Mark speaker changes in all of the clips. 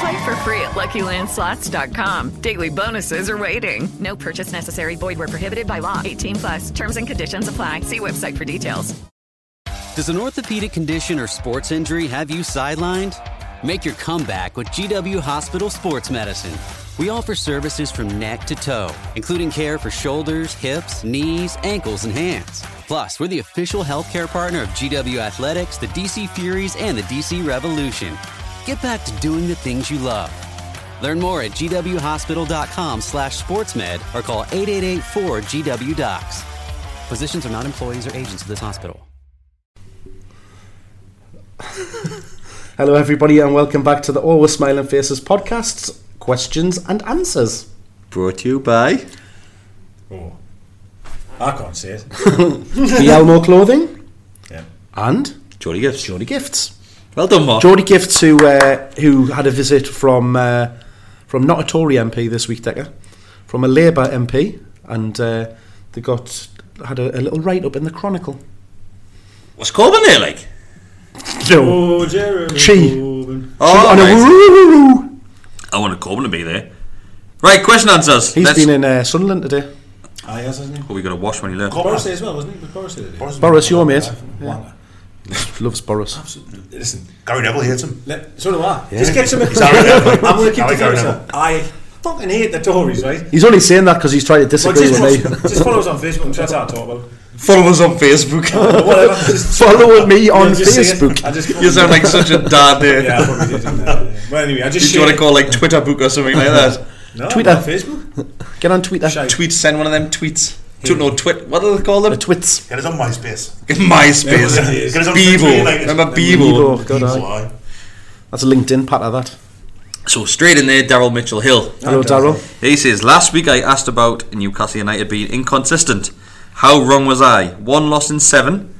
Speaker 1: Play for free at LuckyLandSlots.com. Daily bonuses are waiting.
Speaker 2: No purchase necessary. Void where prohibited by law. 18 plus. Terms and conditions apply. See website for details.
Speaker 3: Does an orthopedic condition or sports injury have you sidelined? Make your comeback with GW Hospital Sports Medicine. We offer services from neck to toe, including care for shoulders, hips, knees, ankles, and hands. Plus, we're the official healthcare partner of GW Athletics, the DC Furies, and the DC Revolution. Get back to doing the things you love. Learn more at gwhospital.com slash sportsmed or call 888-4GW-DOCS. Physicians are not employees or agents of this hospital.
Speaker 4: Hello, everybody, and welcome back to the Always Smiling Faces podcast questions and answers.
Speaker 5: Brought to you by
Speaker 6: Oh. I can't see it.
Speaker 4: The Elmo Clothing
Speaker 6: Yeah.
Speaker 4: and
Speaker 5: Jolly Gifts.
Speaker 4: Geordie Gifts.
Speaker 5: Well done, Mark.
Speaker 4: Geordie Gifts, who uh, who had a visit from uh, from not a Tory MP this week, Decker, from a Labour MP, and uh, they got had a, a little write up in the Chronicle.
Speaker 5: What's Corbyn there like?
Speaker 4: No,
Speaker 6: Oh, Jeremy.
Speaker 4: She.
Speaker 6: Corbyn.
Speaker 5: Oh,
Speaker 4: on a
Speaker 5: right.
Speaker 4: woo-woo-woo-woo.
Speaker 5: I wanted Corbyn to be there. Right, question answers.
Speaker 4: He's
Speaker 5: Let's-
Speaker 4: been in uh, Sunderland today.
Speaker 6: Ah, yes, hasn't he?
Speaker 5: Oh, we got to wash when he left.
Speaker 6: Boris there as well, wasn't he? Was Boris there today?
Speaker 4: Boris, your mate. Loves Boris.
Speaker 6: Listen, Gary Neville hates him. Let, so do I. Just get some. I'm going to keep the focus on. I fucking hate the Tories, right?
Speaker 4: He's only saying that because he's trying to
Speaker 6: But
Speaker 4: disagree
Speaker 6: just,
Speaker 4: with me.
Speaker 6: follow, just follow us on Facebook. That's how I talk about. it.
Speaker 5: Follow us on Facebook.
Speaker 6: Whatever. Just,
Speaker 4: Follow me on
Speaker 6: I'll just say it.
Speaker 4: Facebook.
Speaker 6: I just
Speaker 5: you sound like such a dad there.
Speaker 6: Yeah, I probably did. didn't I? Yeah. Well, anyway, I
Speaker 5: Did
Speaker 6: just
Speaker 5: you want to
Speaker 6: shared-
Speaker 5: call like Twitter book or something like that?
Speaker 6: no,
Speaker 4: Twitter.
Speaker 6: on Facebook?
Speaker 4: Get on Twitter.
Speaker 6: Shite.
Speaker 5: Tweet, send one of them tweets. Don't know twit. What do they call them?
Speaker 4: The twits.
Speaker 7: Get us on MySpace.
Speaker 5: MySpace.
Speaker 6: Yeah, it is.
Speaker 5: Bebo. Remember Bebo?
Speaker 4: Evo, good eye. That's a LinkedIn pat of that.
Speaker 5: So straight in there, Daryl Mitchell Hill.
Speaker 4: Hello, Daryl.
Speaker 5: He says, Last week I asked about Newcastle United being inconsistent. How wrong was I? One loss in seven.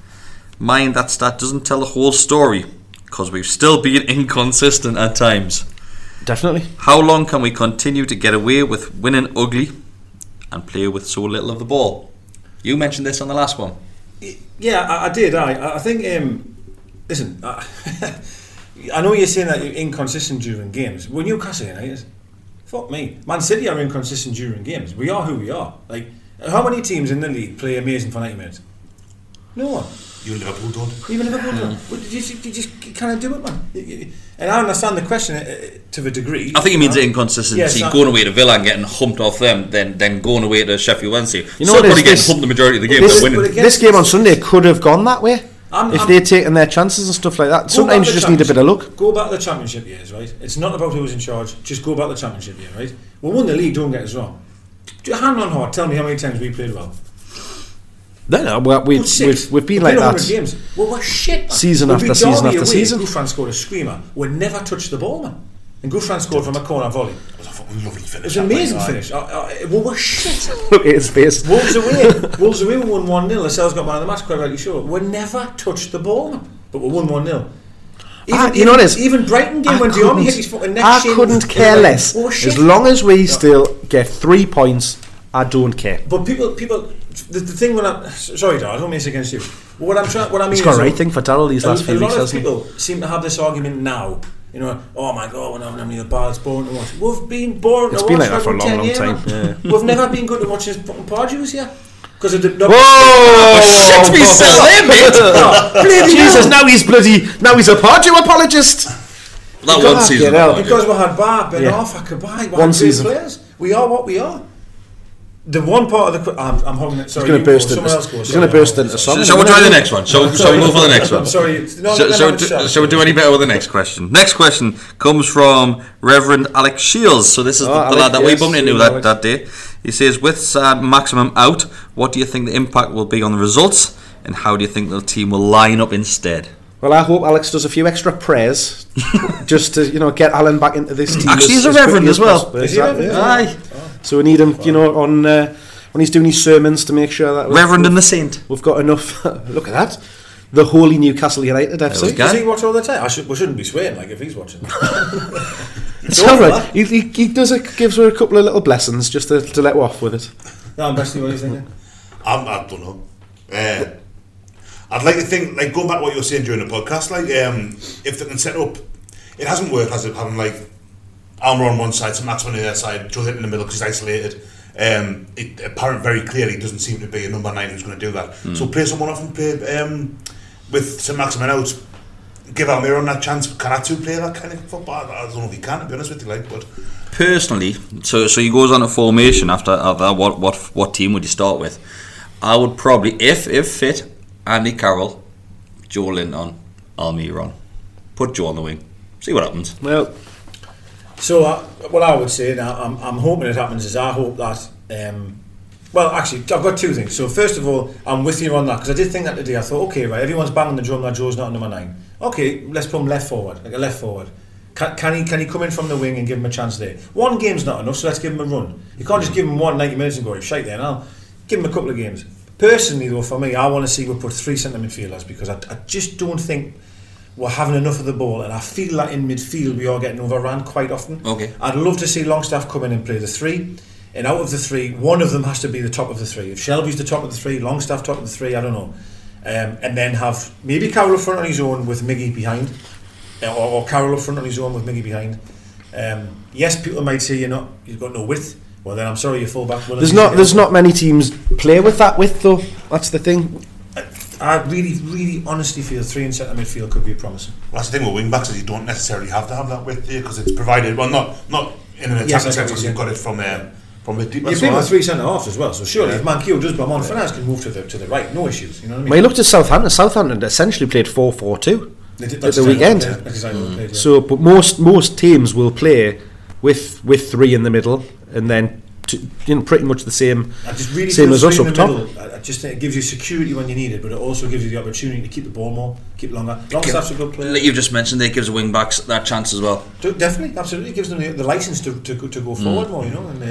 Speaker 5: Mind that stat doesn't tell the whole story, because we've still been inconsistent at times.
Speaker 4: Definitely.
Speaker 5: How long can we continue to get away with winning ugly and play with so little of the ball? You mentioned this on the last one.
Speaker 6: Yeah, I, I did. I, I- I think. Um, listen, I, I know you're saying that you're inconsistent during games. Well, Newcastle United, fuck me. Man City are inconsistent during games. We are who we are. Like, how many teams in the league play amazing for ninety minutes? No one.
Speaker 7: You Liverpool don't.
Speaker 6: Even if I would, What did you, you just kind of do it, man. You- you- And I understand the question uh, to the degree. Uh,
Speaker 5: I think he means
Speaker 6: know?
Speaker 5: inconsistency.
Speaker 6: Yes, I-
Speaker 5: going away to Villa and getting humped off them, then then going away to Sheffield Wednesday.
Speaker 4: You know
Speaker 5: Still
Speaker 4: what it is,
Speaker 5: probably getting
Speaker 4: this-
Speaker 5: humped the majority of the game,
Speaker 4: This,
Speaker 5: but winning.
Speaker 6: but again-
Speaker 4: this game on Sunday could have gone that way.
Speaker 6: I'm-
Speaker 4: if
Speaker 6: I'm-
Speaker 4: they'd taken their chances and stuff like that.
Speaker 6: Go back
Speaker 4: Sometimes
Speaker 6: to
Speaker 4: you just
Speaker 6: the
Speaker 4: need a bit of luck.
Speaker 6: Go back to the championship years, right? It's not about who was in charge. Just go back to the championship year, right? We won the league. Don't get us wrong. Do- Hand on heart, tell me how many times we played well.
Speaker 4: No, no, well, we,
Speaker 6: Good
Speaker 4: we've,
Speaker 6: six.
Speaker 4: we've, been
Speaker 6: We
Speaker 4: like
Speaker 6: played 100
Speaker 4: that.
Speaker 6: Games. We were shit. Man.
Speaker 4: Season
Speaker 6: we
Speaker 4: after
Speaker 6: beat
Speaker 4: season
Speaker 6: Derby
Speaker 4: after
Speaker 6: away.
Speaker 4: season.
Speaker 6: Goodfran scored a screamer. We never touched the ball, man. And Goodfran scored from a corner volley.
Speaker 7: It was a fucking lovely finish.
Speaker 6: It was an amazing finish. I, I, we were shit.
Speaker 4: Look at his face.
Speaker 6: Wolves away. Wolves away. We won one 0 Lascelles got man of the match. Quite rightly sure. We never touched the ball, man. But we won one 0
Speaker 4: Ah, you know what it is?
Speaker 6: Even Brighton game
Speaker 4: I
Speaker 6: when Dion hit
Speaker 4: couldn't-
Speaker 6: his fucking neck.
Speaker 4: I
Speaker 6: shin, oh,
Speaker 4: couldn't
Speaker 6: it
Speaker 4: care
Speaker 6: was like,
Speaker 4: less.
Speaker 6: oh, shit.
Speaker 4: As long as we still get three points
Speaker 8: I don't care.
Speaker 6: But people, people, the, the thing when I sorry, Dar, I don't mean it's against you. But what I'm trying, what I mean,
Speaker 8: It's got
Speaker 6: is
Speaker 8: a right
Speaker 6: that
Speaker 8: thing for Darryl these
Speaker 6: a,
Speaker 8: last
Speaker 6: a
Speaker 8: few
Speaker 6: lot
Speaker 8: weeks,
Speaker 6: of
Speaker 8: hasn't he?
Speaker 6: people seem to have this argument now. You know, oh my god, we're not having any of the bars boring to watch. We've been boring
Speaker 8: It's
Speaker 6: to
Speaker 8: been
Speaker 6: watch
Speaker 8: like that for a
Speaker 6: fucking
Speaker 8: long,
Speaker 6: 10
Speaker 8: long
Speaker 6: years,
Speaker 8: time,
Speaker 6: man. We've never been good to watch this fucking Pardews here because of the. Whoa! Oh,
Speaker 8: whoa, whoa, whoa. Jesus, now he's bloody, now he's a party apologist.
Speaker 5: That
Speaker 8: God,
Speaker 5: one season.
Speaker 8: get out.
Speaker 6: Because we had Bar, Ben
Speaker 8: Yeah.
Speaker 6: off, I could buy
Speaker 8: One season.
Speaker 6: players. We are what we are. The one part of the qu- I'm, I'm holding it. Sorry,
Speaker 8: He's going
Speaker 6: you
Speaker 8: to
Speaker 6: go,
Speaker 8: burst into,
Speaker 6: someone else go,
Speaker 8: he's going to
Speaker 6: sorry.
Speaker 8: burst into something.
Speaker 5: Shall we try the next one? Shall, shall we go for the next one?
Speaker 6: I'm sorry. it's- No,
Speaker 5: Shall,
Speaker 6: no,
Speaker 5: shall,
Speaker 6: no,
Speaker 5: we do,
Speaker 6: sorry.
Speaker 5: shall we do any better with the next question? Next question comes from Reverend Alex Shields. So this is
Speaker 8: Oh,
Speaker 5: the, the
Speaker 8: Alec,
Speaker 5: lad that we
Speaker 8: yes,
Speaker 5: bumped into
Speaker 8: you,
Speaker 5: that,
Speaker 8: Alec.
Speaker 5: that day. He says, with Sad Maximum out, what do you think the impact will be on the results? And how do you think the team will line up instead?
Speaker 8: Well, I hope Alex does a few extra prayers just to, you know, get Alan back into this team.
Speaker 5: Actually,
Speaker 8: as-
Speaker 5: he's a
Speaker 8: as quickly
Speaker 5: reverend as well.
Speaker 8: possible.
Speaker 5: Is he a
Speaker 8: Exactly,
Speaker 5: reverend?
Speaker 8: yeah. So we need him, you know, on uh, when he's doing his sermons to make sure that we've-
Speaker 5: Reverend and the Saint.
Speaker 8: We've got enough. look at that, the holy Newcastle United
Speaker 5: we
Speaker 8: FC.
Speaker 5: go.
Speaker 6: Does he watch all the time? I should, we shouldn't be swearing like if he's watching.
Speaker 8: It's all right. He, he, he does it, gives her a couple of little blessings just to, to let her off with it.
Speaker 6: no, I'm basically what he's thinking.
Speaker 3: I'm, I don't know. Uh, I'd like to think, like going back to what you were saying during the podcast, like um, if they can set up, it hasn't worked as it having like Almer on one side, some Max on the other side, Joe Linton in the middle because he's isolated. Um, it apparent very clearly doesn't seem to be a number nine who's going to do that.
Speaker 9: Hmm.
Speaker 3: So play someone off and play um, with some Maximin out. Give Almiron that chance. Can Atu play that kind of football? I don't know if he can. To be honest with you, like, but
Speaker 5: Personally, so so he goes on a formation after, after what what what team would you start with? I would probably, if if fit, Andy Carroll, Joe Linton, Almiron, put Joe on the wing. See what happens.
Speaker 8: Well,
Speaker 6: so I, what I would say, and I, I'm, I'm hoping it happens, is I hope that. Um, well, actually, I've got two things. So first of all, I'm with you on that because I did think that today. I thought, okay, right, everyone's banging the drum that Joe's not a number nine. Okay, let's put him left forward, like a left forward. Can, can he can he come in from the wing and give him a chance there? One game's not enough, so let's give him a run. You can't just give him one 90 minutes and go, shite then, I'll give him a couple of games. Personally, though, for me, I want to see we put three centre midfielders because I, I just don't think we're having enough of the ball, and I feel that in midfield we are getting overrun quite often.
Speaker 5: Okay.
Speaker 6: I'd love to see Longstaff come in and play the three, and out of the three, one of them has to be the top of the three. If Shelby's the top of the three, Longstaff top of the three, I don't know, um, and then have maybe Carroll up front on his own with Miggy behind, uh, or, or Carroll up front on his own with Miggy behind. Um, yes, people might say you're not, you've got no width. Well, then I'm sorry, you're full back.
Speaker 8: There's not there's not many teams play with that width though. That's the thing.
Speaker 6: I really, really honestly feel three in centre midfield could be promising.
Speaker 3: Well, that's the thing with wing backs is you don't necessarily have to have that width there because it's provided. Well, not not in an attacking
Speaker 6: Yes, I
Speaker 3: sense
Speaker 6: get what
Speaker 3: because
Speaker 6: you're
Speaker 3: you've got it from um, from the deep.
Speaker 6: You've
Speaker 3: that's
Speaker 6: been
Speaker 3: all.
Speaker 6: with three centre halves as well, so surely
Speaker 3: Yeah.
Speaker 6: if Mankiw does bomb on, Fernandes can move to the to the right, no issues. You know what I mean?
Speaker 8: When you looked at Southampton, Southampton essentially played 4-4-2
Speaker 6: They did-
Speaker 8: at
Speaker 6: that's
Speaker 8: the
Speaker 6: exactly
Speaker 8: weekend.
Speaker 6: what they- that's exactly what they played, yeah.
Speaker 8: So, but most most teams will play with with three in the middle and then two, you know pretty much the same
Speaker 6: I just really
Speaker 8: same
Speaker 6: feel
Speaker 8: as us
Speaker 6: three in
Speaker 8: up
Speaker 6: the
Speaker 8: top.
Speaker 6: middle. I, I just think it gives you security when you need it, but it also gives you the opportunity to keep the ball more, keep longer. Longstaff's a good player.
Speaker 5: uh, Like you've just mentioned, there gives wing backs that chance as well.
Speaker 6: Do- Definitely, absolutely, it gives them the, the license to, to, go- to go forward
Speaker 5: Mm.
Speaker 6: more, you know. And, uh,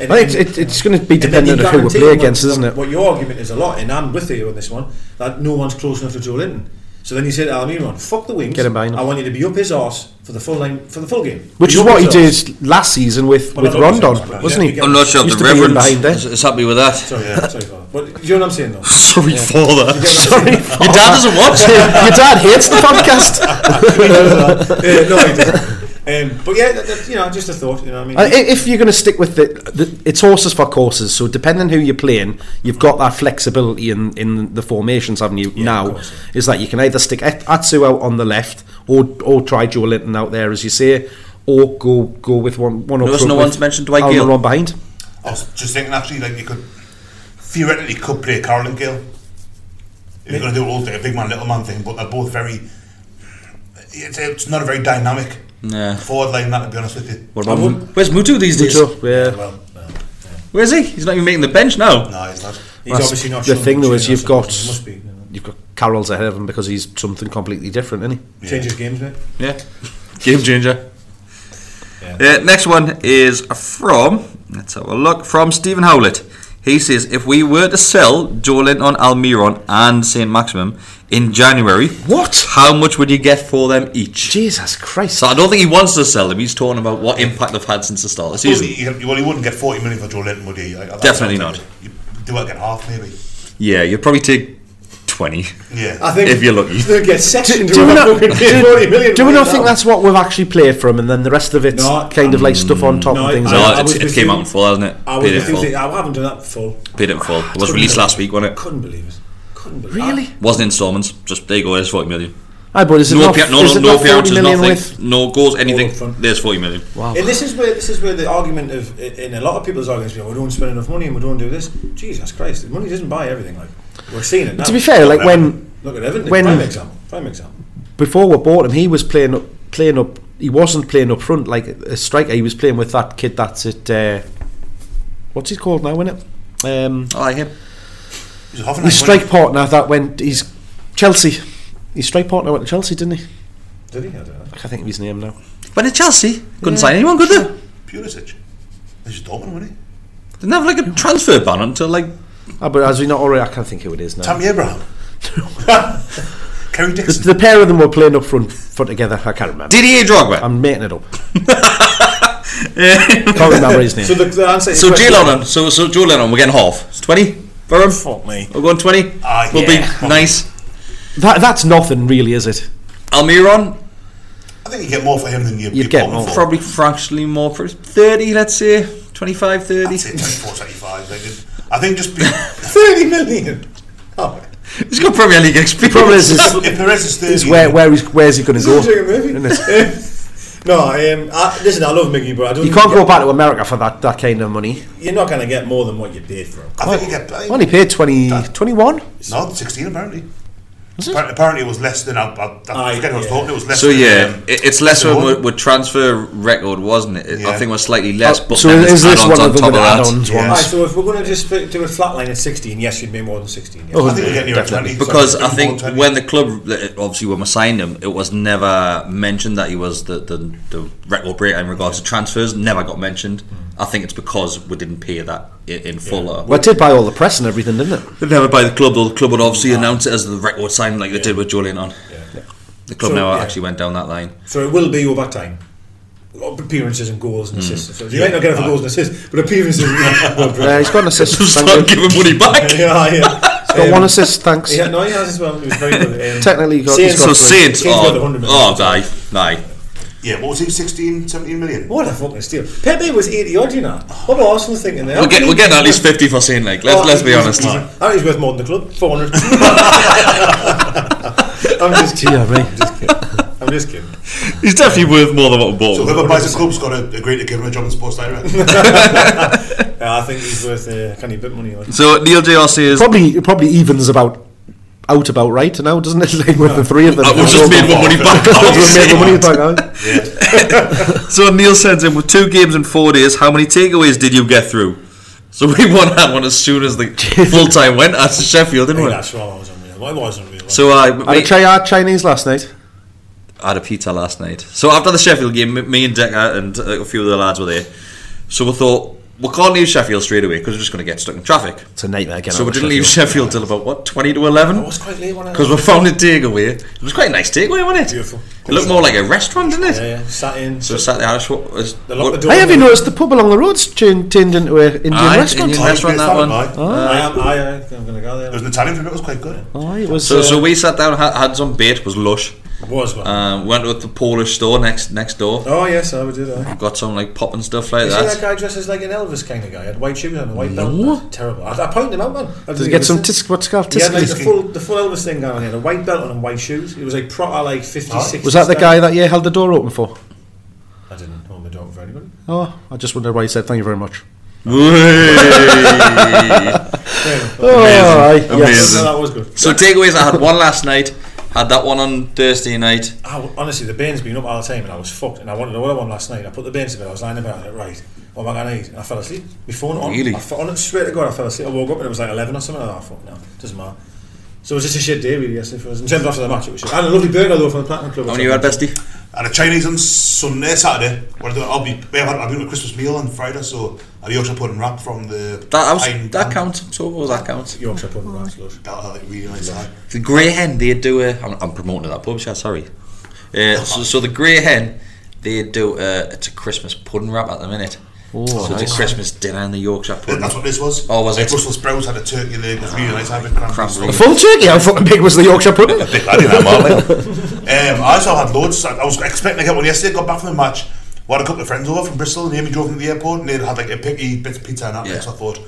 Speaker 6: and,
Speaker 8: Well, it's-
Speaker 6: and-
Speaker 8: it's- it's gonna be
Speaker 6: and then
Speaker 8: dependent
Speaker 6: you
Speaker 8: on who we play
Speaker 6: guarantee
Speaker 8: against,
Speaker 6: what-
Speaker 8: isn't it?
Speaker 6: What your argument is a lot, and I'm with you on this one, that no one's close enough to Joe Linton. So then you say to Almiron, fuck the wings.
Speaker 8: Get him behind him.
Speaker 6: I want you to be up his arse for the full line for the full game.
Speaker 8: Which is
Speaker 6: Be up
Speaker 8: what he
Speaker 6: his arse.
Speaker 8: did last season with,
Speaker 6: Well, I
Speaker 8: with
Speaker 6: don't think
Speaker 8: Rondon,
Speaker 6: so, but-
Speaker 8: wasn't
Speaker 6: yeah,
Speaker 8: he?
Speaker 6: I'm not sure if
Speaker 8: Used
Speaker 5: the
Speaker 8: to be in
Speaker 5: Reverend
Speaker 8: behind there.
Speaker 5: is, is happy with that.
Speaker 6: Sorry, sorry, Carl. But you know what I'm saying, though.
Speaker 5: Sorry
Speaker 6: Yeah.
Speaker 5: for that.
Speaker 8: Sorry,
Speaker 5: Your dad doesn't watch.
Speaker 8: Your dad hates the podcast.
Speaker 6: yeah, no, he doesn't. Um, but yeah, that, that, you know, just a thought. You know what I mean?
Speaker 8: I- i- if you're going to stick with the, the, it's horses for courses. So depending who you're playing, you've got that flexibility in, in the formations, haven't you? now is that you can either stick At- Atsu out on the left, or or try Joe Linton out there, as you say, or go go with one one. up
Speaker 5: Notice
Speaker 8: front
Speaker 5: no
Speaker 8: with
Speaker 5: one's mentioned Dwight
Speaker 8: Almiron
Speaker 5: Gill.
Speaker 8: behind.
Speaker 3: I was just thinking actually, like you could theoretically could play Carroll and Gill. If you're going to do all the big man, little man thing, but they're both very. It's, it's not a very dynamic
Speaker 5: Yeah.
Speaker 3: forward line. That to be honest with you.
Speaker 5: What about Mu- where's Mutu these days?
Speaker 8: Mutu, yeah.
Speaker 5: Where's he? He's not even making the bench now.
Speaker 3: No, he's not.
Speaker 8: That's The thing though is you've got you've got Carroll's ahead of him because he's something completely different, isn't he?
Speaker 6: Changes games, mate.
Speaker 5: Yeah. Game changer. Yeah. next one is from, let's have a look, from Stephen Howlett. He says if we were to sell Joe Linton, Almiron, and Saint Maximum in January,
Speaker 8: what?
Speaker 5: How much would you get for them each?
Speaker 8: Jesus Christ!
Speaker 5: So I don't think he wants to sell them. He's talking about what impact they've had since the start of the
Speaker 3: Well,
Speaker 5: season.
Speaker 3: he, well, he wouldn't get 40 million for Joe Linton, would he? Like, I- I-
Speaker 5: Definitely not.
Speaker 3: You, they might get half, maybe.
Speaker 5: Yeah, you'd probably take twenty.
Speaker 3: Yeah.
Speaker 6: I think
Speaker 5: if you're lucky.
Speaker 6: They'll get sectioned.
Speaker 8: Do we
Speaker 6: with a
Speaker 8: not,
Speaker 6: fucking
Speaker 8: do-
Speaker 6: 40 million
Speaker 8: do we
Speaker 6: right
Speaker 8: not
Speaker 6: now.
Speaker 8: think that's what we've actually played from, and then the rest of it's
Speaker 6: No,
Speaker 8: kind of like stuff on top and things
Speaker 5: no,
Speaker 8: like
Speaker 5: it's-
Speaker 6: was
Speaker 5: it
Speaker 6: with
Speaker 5: came
Speaker 6: you.
Speaker 5: out in full, hasn't it?
Speaker 6: I,
Speaker 5: Paid
Speaker 6: was
Speaker 5: in
Speaker 6: thinking-
Speaker 5: full.
Speaker 6: I haven't done that full.
Speaker 5: Paid it in full. It was
Speaker 6: couldn't
Speaker 5: released
Speaker 6: believe
Speaker 5: last week, wasn't it?
Speaker 6: Couldn't believe it. Couldn't believe
Speaker 8: Really?
Speaker 5: Wasn't installments. Just there you go. There's forty million.
Speaker 8: Aye, but is it
Speaker 5: no
Speaker 8: not-
Speaker 5: pa- no,
Speaker 8: is
Speaker 5: no,
Speaker 8: it
Speaker 5: no
Speaker 8: not 40
Speaker 5: pouches,
Speaker 8: million
Speaker 5: nothing,
Speaker 8: with-
Speaker 5: no goals, anything. There's forty million.
Speaker 8: Wow.
Speaker 6: And this is where this is where the argument of in a lot of people's arguments, you know, we don't spend enough money and we don't do this. Jesus Christ, the money doesn't buy everything. Like we're seeing it now.
Speaker 8: To be fair, like, when-
Speaker 6: look at Everton,
Speaker 8: when-
Speaker 6: prime example, prime example.
Speaker 8: before we bought him, he was playing up, playing up. He wasn't playing up front like a striker. He was playing with that kid that's at uh, what's he called now, isn't it? Um,
Speaker 5: I like him.
Speaker 3: He's half
Speaker 8: His strike partner that went. He's Chelsea. His strike partner went to Chelsea, didn't he?
Speaker 6: Did he? I don't know.
Speaker 8: I can't think of his name now.
Speaker 5: But at Chelsea, couldn't
Speaker 8: Yeah.
Speaker 5: sign anyone, could they?
Speaker 3: Pulisic. This is Dortmund, wouldn't he?
Speaker 5: Didn't have like a transfer ban until like
Speaker 8: Ah, but as we not already, I can't think who it is now.
Speaker 3: Tammy Abraham. Kerry
Speaker 8: The,
Speaker 3: Dixon.
Speaker 8: the pair of them were playing up front for together. I can't remember.
Speaker 5: Didier Drogba.
Speaker 8: I'm making it up. can't remember his name.
Speaker 6: So the, the answer.
Speaker 5: So Jay Lennon, so so Joe Lennon, we're getting half. It's twenty for him.
Speaker 6: Fuck me.
Speaker 5: We're going twenty.
Speaker 3: Ah,
Speaker 5: We'll
Speaker 3: yeah.
Speaker 5: be nice.
Speaker 8: That, that's nothing, really, is it?
Speaker 5: Almiron,
Speaker 3: I think you get more for him than you
Speaker 8: You'd get more.
Speaker 3: for.
Speaker 5: probably fractionally more for 30 let's say 25 30
Speaker 3: That's it, 24, 25. They did- I think just be,
Speaker 6: Thirty million. Oh,
Speaker 5: he's got Premier League experience
Speaker 8: Problem is, is,
Speaker 3: if Perez is 30,
Speaker 8: is where where is where's he going to go?
Speaker 6: Sounds like a movie.
Speaker 8: Isn't it?
Speaker 6: no, um, I, listen, I love Miggy, but I don't.
Speaker 8: You can't go back to America for that, that kind of money.
Speaker 6: You're not going to get more than what you paid for him.
Speaker 3: I think you get. I think-
Speaker 8: Only paid 20, 21?
Speaker 3: No, 16 apparently. Apparently, apparently it was less than I, I, I
Speaker 6: Aye,
Speaker 3: forget who I was
Speaker 6: yeah.
Speaker 3: talking. to, It was less.
Speaker 5: so
Speaker 3: than,
Speaker 5: yeah
Speaker 3: um,
Speaker 5: it, it's less
Speaker 3: than
Speaker 5: when
Speaker 3: one.
Speaker 5: we're, we're transfer record wasn't it It- I
Speaker 3: Yeah.
Speaker 5: think we're slightly less
Speaker 8: Oh,
Speaker 5: but
Speaker 8: so
Speaker 5: then
Speaker 8: is
Speaker 5: there's
Speaker 8: this
Speaker 5: add-ons
Speaker 8: one
Speaker 5: on
Speaker 8: of the
Speaker 5: top of that
Speaker 8: add-ons
Speaker 3: Yeah.
Speaker 6: Alright,
Speaker 8: ones?
Speaker 6: so if we're going to just put- do a flat line at 16, yes, you'd be more than 16. Yes.
Speaker 8: Oh,
Speaker 3: I think you get near
Speaker 8: Definitely.
Speaker 3: 20.
Speaker 5: because
Speaker 3: so
Speaker 5: I think
Speaker 3: 20.
Speaker 5: when the club uh, obviously when we signed him it was never mentioned that he was the, the, the record breaker in regards to transfers never got mentioned
Speaker 6: Mm.
Speaker 5: I think it's because we didn't pay that i- in full or-
Speaker 8: Well, it did buy all the press and everything, didn't it?
Speaker 5: But never by the club, though. The club would obviously announce it as the record signing, like they did with Julian on. The club
Speaker 6: So,
Speaker 5: never
Speaker 6: yeah.
Speaker 5: actually went down that line.
Speaker 6: So it will be over time. Appearances and goals
Speaker 8: Hmm.
Speaker 6: and assists. So you
Speaker 3: Yeah.
Speaker 6: might not get it for goals and assists, but appearances. Well, bro.
Speaker 8: Uh, he's got an assist.
Speaker 5: Just
Speaker 8: thank you.
Speaker 5: start giving money back.
Speaker 6: yeah, yeah.
Speaker 8: He's got one assist, thanks.
Speaker 6: Yeah, no, he has as well. He was very good. Um,
Speaker 8: Technically, he got- he's
Speaker 5: So
Speaker 8: got three.
Speaker 5: Saints
Speaker 6: Saints got
Speaker 5: are
Speaker 6: the 100 million.
Speaker 5: oh, die, die.
Speaker 3: yeah, what was he? 16, 17 million.
Speaker 6: What a fucking steal. Pepe was 80 odd, you know. What were Arsenal thinking there?
Speaker 5: We're getting, we're getting at least fifty for Saint. Like let's
Speaker 6: Oh,
Speaker 5: let's be
Speaker 6: he's-
Speaker 5: honest.
Speaker 6: he's- I think he's worth more than the club. 400. I'm just kidding.
Speaker 8: Yeah, right.
Speaker 6: I'm just kidding.
Speaker 5: He's definitely worth more than what we
Speaker 3: So
Speaker 5: bought.
Speaker 3: whoever buys the club's got to agree to give him a job in sports director.
Speaker 6: Yeah, I think he's worth uh, can you bit money. Like.
Speaker 5: So Neil JR says
Speaker 8: Probably it probably evens about out about right now, doesn't it? Like with the three of them.
Speaker 5: Uh, we've just made more money back.
Speaker 8: We've made the money back, haven't we?
Speaker 5: So Neil sends in with two games in four days. How many takeaways did you get through? So we won that one as soon as the full time went at Sheffield, didn't
Speaker 6: Hey,
Speaker 5: we?
Speaker 6: that's wrong. I was unreal. I was unreal.
Speaker 5: So uh, I
Speaker 8: I had a Chi- I had Chinese last night.
Speaker 5: I had a pizza last night. So after the Sheffield game, m- me and Decker and uh, a few of the lads were there. So we thought we can't leave Sheffield straight away because we're just going to get stuck in traffic.
Speaker 8: It's a nightmare again.
Speaker 5: so we didn't leave Sheffield till about what twenty to eleven.
Speaker 6: I
Speaker 8: Oh,
Speaker 6: was quite late when I
Speaker 5: Because we found a takeaway. It was quite a nice takeaway, wasn't it?
Speaker 6: Beautiful.
Speaker 5: It looked more like a restaurant, didn't it?
Speaker 6: Yeah, yeah. Sat in.
Speaker 5: So sat there. I just, what, was,
Speaker 6: They locked the
Speaker 5: what-
Speaker 6: door.
Speaker 8: I have you noticed the pub along the road's changed, turned into an Indian
Speaker 5: Aye,
Speaker 8: restaurant.
Speaker 5: Indian restaurant that one.
Speaker 6: I am. I, I, I'm going to go there.
Speaker 3: There was an Italian food, it was quite good.
Speaker 8: Aye, it was,
Speaker 5: So,
Speaker 8: uh,
Speaker 5: so we sat down, had, had some bait, was lush.
Speaker 6: was one.
Speaker 5: Uh, went with the Polish store next next door.
Speaker 6: oh yes, I would do that.
Speaker 5: Got some like pop and stuff like
Speaker 6: You see that
Speaker 5: that.
Speaker 6: guy dresses like an Elvis kind of guy. Had white shoes on, a white belt. That's Terrible. I, I pointed him out, man. I
Speaker 8: Did he get some tisk? What's called
Speaker 6: He had like the
Speaker 8: tisk?
Speaker 6: full, the full Elvis thing going on. He had a white belt on and white shoes. He was like proper like 50, 60
Speaker 8: Was that the
Speaker 6: style.
Speaker 8: guy that you held the door open for?
Speaker 6: I didn't hold my dog for anybody.
Speaker 8: Oh, I just wondered why he said thank you very much. Oh, aye, yes.
Speaker 6: No, that was good.
Speaker 5: so takeaways, I had one last night. Had that one on Thursday night.
Speaker 6: I, honestly, the bane's been up all the time and I was fucked. And I wanted another one last night. I put the bane's to bed. I was lying about it. Right, what am I going to eat? And I fell asleep. My phone on.
Speaker 5: Really?
Speaker 6: I fell on it straight to God. I fell asleep. I woke up and it was like 11 or something. I thought, fuck, no, doesn't matter. So it was just a shit day, really, yesterday for us. In terms of after the match, it was shit. And a lovely burger, though, from the Platinum Club.
Speaker 5: How many you had, bestie?
Speaker 3: And a Chinese on Sunday, Saturday. What I do, I'll be, I'll be doing a Christmas meal on Friday, so I
Speaker 7: And Yorkshire pudding wrap from the
Speaker 5: That house,
Speaker 7: Pine
Speaker 5: that
Speaker 7: Bank.
Speaker 5: counts. I'm sure that counts.
Speaker 6: Yorkshire pudding wrap's lush.
Speaker 7: That, I think, really nice. that.
Speaker 5: The Grey Hen, they do a. I'm, I'm promoting that pub, chat, sorry. Uh, so, so the Grey Hen, they do a. It's a Christmas pudding wrap at the minute.
Speaker 7: Oh,
Speaker 5: so it's
Speaker 7: nice.
Speaker 5: a Christmas dinner in the Yorkshire pudding.
Speaker 7: That's what this was.
Speaker 5: Oh, was
Speaker 7: Uh,
Speaker 5: it? Ah,
Speaker 7: Brussels sprouts had a turkey there. It was really nice. I had a cranberry
Speaker 8: A
Speaker 7: sauce.
Speaker 8: full turkey? How fucking big was the Yorkshire pudding?
Speaker 7: I didn't have mine. Um, I also had loads. I I was expecting to get one yesterday. Got back from the match. We had a couple of friends over from Bristol, and Amy drove them to the airport, and they had like a picky bit of pizza and that.
Speaker 5: Yeah.
Speaker 7: So I thought,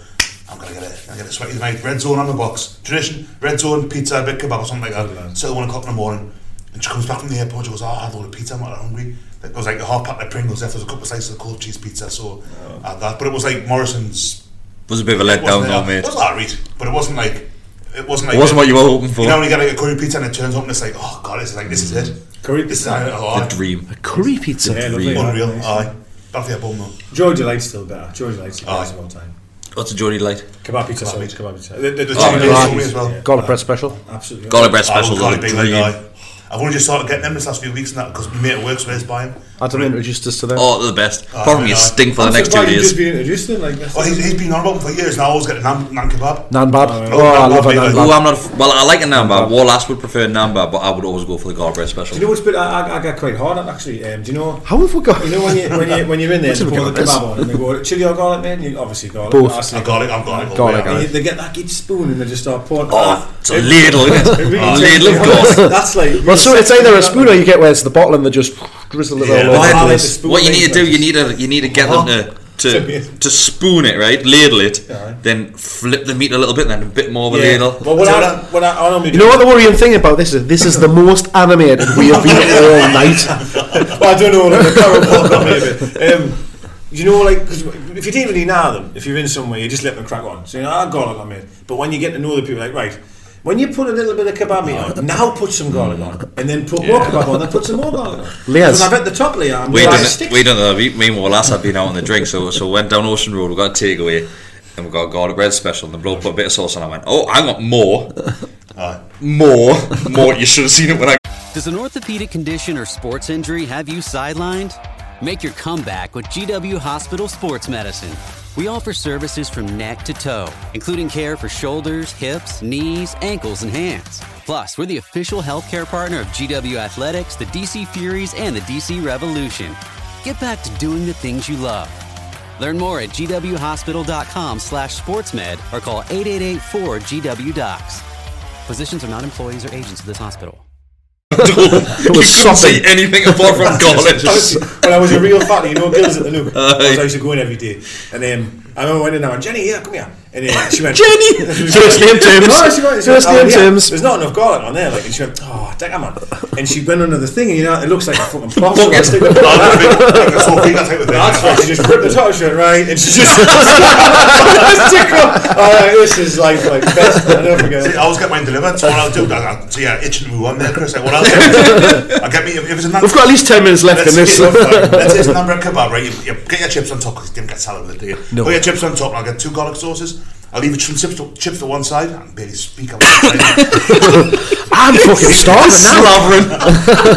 Speaker 7: I'm gonna get it. I get it sweaty tonight. Red zone on the box. Tradition. Red zone pizza, a bit kebab or something like that. So at one o'clock in the morning, and she comes back from the airport. She goes, oh, I had a load of pizza. I'm not hungry. It was like a half pack of Pringles left. There was a couple of slices of cold cheese pizza. So I
Speaker 3: uh,
Speaker 7: had that, but it was like Morrison's.
Speaker 5: Was a bit of a
Speaker 7: It wasn't
Speaker 5: letdown, though,
Speaker 7: like-
Speaker 5: mate.
Speaker 7: It was alright, but it wasn't like. It wasn't like
Speaker 5: It wasn't what you were hoping for.
Speaker 7: You know, when you get like a curry pizza and it turns up and it's like, oh god, it's like this is it. Curry this is it. Oh,
Speaker 5: The dream. A
Speaker 8: curry pizza.
Speaker 6: Yeah, lovely.
Speaker 7: unreal.
Speaker 6: Nice.
Speaker 7: Aye, Buffy at Bournemouth.
Speaker 6: Joy Delight's still better. Joy Delight's still
Speaker 7: Aye.
Speaker 6: best of all time.
Speaker 5: What's a Geordie like?
Speaker 6: Kebab pizza, sorry, kebab pizza. The, the, the
Speaker 5: Oh,
Speaker 6: chicken
Speaker 5: yeah.
Speaker 6: is lovely as well.
Speaker 8: Garlic bread special.
Speaker 6: Absolutely.
Speaker 5: Garlic bread special.
Speaker 7: Oh, God,
Speaker 5: the
Speaker 7: big like,
Speaker 5: dream.
Speaker 7: aye. I've only just started getting them this last few weeks and that because my mate at work's where he's buying.
Speaker 8: Adam introduced us to them.
Speaker 5: Oh, they're the best.
Speaker 7: Oh,
Speaker 5: Problem
Speaker 7: I
Speaker 5: you
Speaker 7: know.
Speaker 5: stink for the
Speaker 7: I'm
Speaker 5: next two
Speaker 7: surprised you
Speaker 5: days.
Speaker 7: did
Speaker 6: Being introduced to them, like this.
Speaker 7: Well, he's, he's been on about it for years and I always get a nan, nan kebab.
Speaker 8: Nan bab.
Speaker 7: Oh,
Speaker 8: Oh,
Speaker 7: yeah.
Speaker 8: I love a
Speaker 7: Nan
Speaker 8: nan
Speaker 5: Oh,
Speaker 8: bab.
Speaker 5: I'm not. a f- Well, I like a number. Wallace would prefer a number, but I would always go for the garlic bread
Speaker 6: Do
Speaker 5: special.
Speaker 6: you know what's been? I, I, I got quite hard at actually. Um, do you know?
Speaker 8: How have we got?
Speaker 6: You know when you when you when you're in there,
Speaker 8: What's
Speaker 6: and
Speaker 8: we
Speaker 6: you pour
Speaker 8: got
Speaker 6: the
Speaker 8: this?
Speaker 6: kebab on, and they go chili or garlic, man. You obviously garlic.
Speaker 8: Both.
Speaker 6: I say
Speaker 7: A garlic, I'm garlic. all
Speaker 8: Garlic,
Speaker 7: the way,
Speaker 6: And
Speaker 7: aye.
Speaker 6: you- they get that huge spoon and they just start pouring. Ah,
Speaker 5: Oh, it's a
Speaker 6: It-
Speaker 5: ladle, isn't it?
Speaker 6: it really
Speaker 5: Oh,
Speaker 6: takes-
Speaker 5: ladle, of course.
Speaker 6: That's like.
Speaker 8: Well, so it's either a spoon or you get where it's the bottle and they just drizzle it all
Speaker 7: Yeah, but
Speaker 8: over the
Speaker 7: I like
Speaker 5: What,
Speaker 7: the
Speaker 8: place.
Speaker 6: spoon
Speaker 5: you need to
Speaker 6: ladle.
Speaker 5: do, you need to, you need to get them to, to,
Speaker 6: amazing.
Speaker 5: to spoon it, right? Ladle it,
Speaker 6: Yeah.
Speaker 5: then flip the meat a little bit, then a bit more of a
Speaker 6: Yeah.
Speaker 5: ladle.
Speaker 6: But what I what I, I normally
Speaker 8: You know what the worrying thing about this is? This is the most animated we have been all night.
Speaker 6: well, I don't know. Like, a carrot pop, not maybe. Um, you know, like, 'cause if you didn't really know them, if you're in somewhere, you just let them crack on. So, you know, ah, garlic on, mate. But when you get to know the people, like, right, when you put a little bit of kebab meat on, now put some garlic on, and then put more kebab on, then put some more garlic on.
Speaker 8: Layers.
Speaker 6: Because I bet the top layer, I'm
Speaker 5: we
Speaker 6: going to
Speaker 5: don't,
Speaker 6: stick.
Speaker 5: we don't know. Me me and Wallace had been out on the drink, so so went down Ocean Road. We got a takeaway, and we got a garlic bread special, and the bloke put a bit of sauce on. I went, oh, I want more,
Speaker 7: Aye.
Speaker 5: more, more. You should have seen it when I.
Speaker 3: Does an orthopedic condition or sports injury have you sidelined? Make your comeback with GW Hospital Sports Medicine. We offer services from neck to toe, including care for shoulders, hips, knees, ankles, and hands. Plus, we're the official healthcare partner of GW Athletics, the DC Furies, and the DC Revolution. Get back to doing the things you love. Learn more at gwhospital.com slash sportsmed or call 888-4GW-DOCS. Physicians are not employees or agents of this hospital.
Speaker 5: you couldn't say
Speaker 8: something.
Speaker 5: anything apart from garlic.
Speaker 6: when I was a real fatty, you know, girls at the nook. I, was, I used to go in every day, and um, I remember when in, I went, Jenny, yeah, come here, and uh, she went,
Speaker 8: Jenny! First name terms.
Speaker 6: No, she went, she went,
Speaker 8: First
Speaker 6: "Oh,
Speaker 8: name
Speaker 6: yeah,
Speaker 8: terms.
Speaker 6: There's not enough garlic on there, like, and she went, oh, damn man, and she went under the thing, and you know, it looks like a fucking plaster.
Speaker 5: Bucket.
Speaker 6: Stick it-
Speaker 7: Oh, that's big, like a full thing, that type of thing.
Speaker 6: That's right. She just ripped the top shirt right, and she just. Just tick up. All right, this is like like best. I never
Speaker 7: See, I
Speaker 6: forget.
Speaker 7: always get mine delivered. So what I'll do, I, I, so yeah, itching to move on there, Chris. Like, what I'll do, I get me if if it's a nan.
Speaker 8: We've got at least 10 minutes left in
Speaker 7: Let's
Speaker 8: this.
Speaker 7: say, right, let's say it's a number of kebab, right? You, you get your chips on top because you didn't get salad with it, do you?
Speaker 8: No.
Speaker 7: Put your chips on top, and I'll get two garlic sauces. I'll leave some chips to, chips to one side. I can barely speak. I'm
Speaker 8: I'm fucking starving now.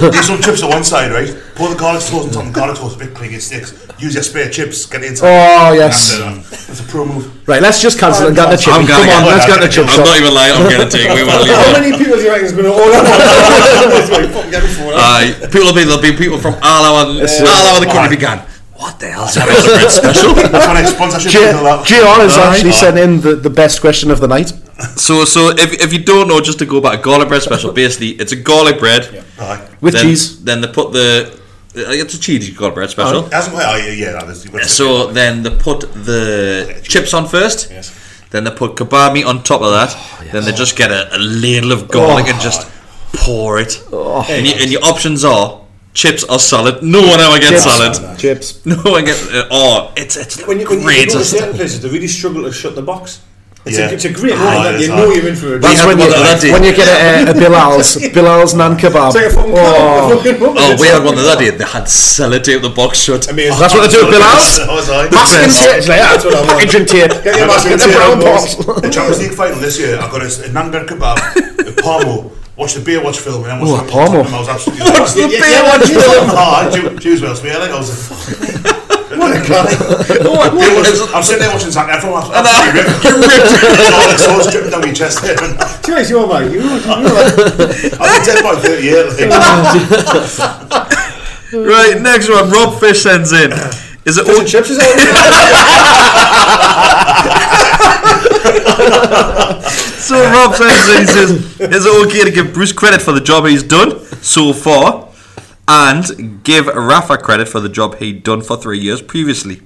Speaker 7: leave some chips to one side, right? Pour the garlic sauce on top. and Garlic sauce, a bit clingy, it sticks. Use your spare chips. Get it inside.
Speaker 8: Oh, yes.
Speaker 7: That's, it, that's a pro move.
Speaker 8: Right, let's just cancel and get the
Speaker 5: I'm
Speaker 8: chips.
Speaker 5: gonna
Speaker 8: Come
Speaker 5: get-
Speaker 8: on, let's get the
Speaker 7: I'm
Speaker 8: chips
Speaker 5: I'm not
Speaker 8: up.
Speaker 5: even lying. I'm going to take away one of these.
Speaker 6: How many people do you reckon is going to order? It's like, fucking get me for that.
Speaker 5: Aye, people will be there'll be people from all over all over the
Speaker 7: Aye.
Speaker 5: country began. What the hell's that extra bread
Speaker 8: Uh,
Speaker 5: special?
Speaker 7: That's when I sponsorship.
Speaker 8: J-
Speaker 7: people out.
Speaker 8: JR has
Speaker 7: Aye.
Speaker 8: actually sent in the, the best question of the night.
Speaker 5: So so if, if you don't know, just to go back, a garlic bread special. Basically, it's a garlic bread
Speaker 7: Aye.
Speaker 8: With
Speaker 5: then,
Speaker 8: cheese.
Speaker 5: Then they put the uh, it's a cheesy garlic bread special.
Speaker 7: That's why. Oh, yeah, yeah. That is,
Speaker 5: So then they put the chips on first.
Speaker 7: Yes. Oh,
Speaker 5: Then they put kebab meat on top of that. Then they just get a, a ladle of garlic and just pour it. And, you, and your options are chips or salad. No one ever gets
Speaker 8: Chips.
Speaker 5: salad.
Speaker 8: Chips.
Speaker 5: No one gets. Uh, oh, it's it's the
Speaker 6: when you, when you go to
Speaker 5: greatest.
Speaker 6: certain places, they really struggle to shut the box. It's,
Speaker 7: Yeah.
Speaker 6: a, it's a great
Speaker 7: Ah,
Speaker 6: moment that
Speaker 7: it
Speaker 6: you
Speaker 7: is
Speaker 6: know
Speaker 7: hard.
Speaker 6: you're in for a
Speaker 5: We
Speaker 8: That's
Speaker 5: had
Speaker 8: when
Speaker 5: one
Speaker 8: you,
Speaker 5: the other day.
Speaker 8: when you get a, a Bilal's, Bilal's nan kebab.
Speaker 6: It's like a fucking
Speaker 8: Oh.
Speaker 6: fucking moment.
Speaker 5: oh,
Speaker 6: It's
Speaker 5: we had
Speaker 6: like-
Speaker 5: one the other day. They had sellotape the box shut.
Speaker 6: I
Speaker 5: Oh,
Speaker 6: mean, it's-
Speaker 8: That's what they do at Bilal's.
Speaker 7: That was I.
Speaker 8: Masking
Speaker 5: best.
Speaker 8: tape. Like,
Speaker 6: That's what I
Speaker 8: ah,
Speaker 6: want.
Speaker 8: Packaging tape.
Speaker 6: Get your masking
Speaker 8: Get the
Speaker 6: tape
Speaker 8: brown
Speaker 6: on,
Speaker 8: box.
Speaker 6: boys.
Speaker 7: The Champions League final this year, I got a, a Nangar kebab, a Palmo, watch the beer watch film, and then
Speaker 8: Oh, a
Speaker 7: watched the
Speaker 8: Palmo.
Speaker 7: I was absolutely watch
Speaker 5: the beer watch
Speaker 7: film. Ah, Jews Wells, me, I think I was like, fuck.
Speaker 3: what a guy. Oh, I was, I'm sitting there watching Zac Efron. I'm absolutely ripped. You ripped. All that sauce dripping down my chest. there.
Speaker 6: Jeez, you're like, you
Speaker 3: I've been dead by 30 years.
Speaker 5: Right, next one. Rob Fish sends in. Is it all
Speaker 6: chips? Is
Speaker 5: so Rob sends in. He says, "Is it okay to give Bruce credit for the job he's done so far, and give Rafa credit for the job he'd done for three years previously?"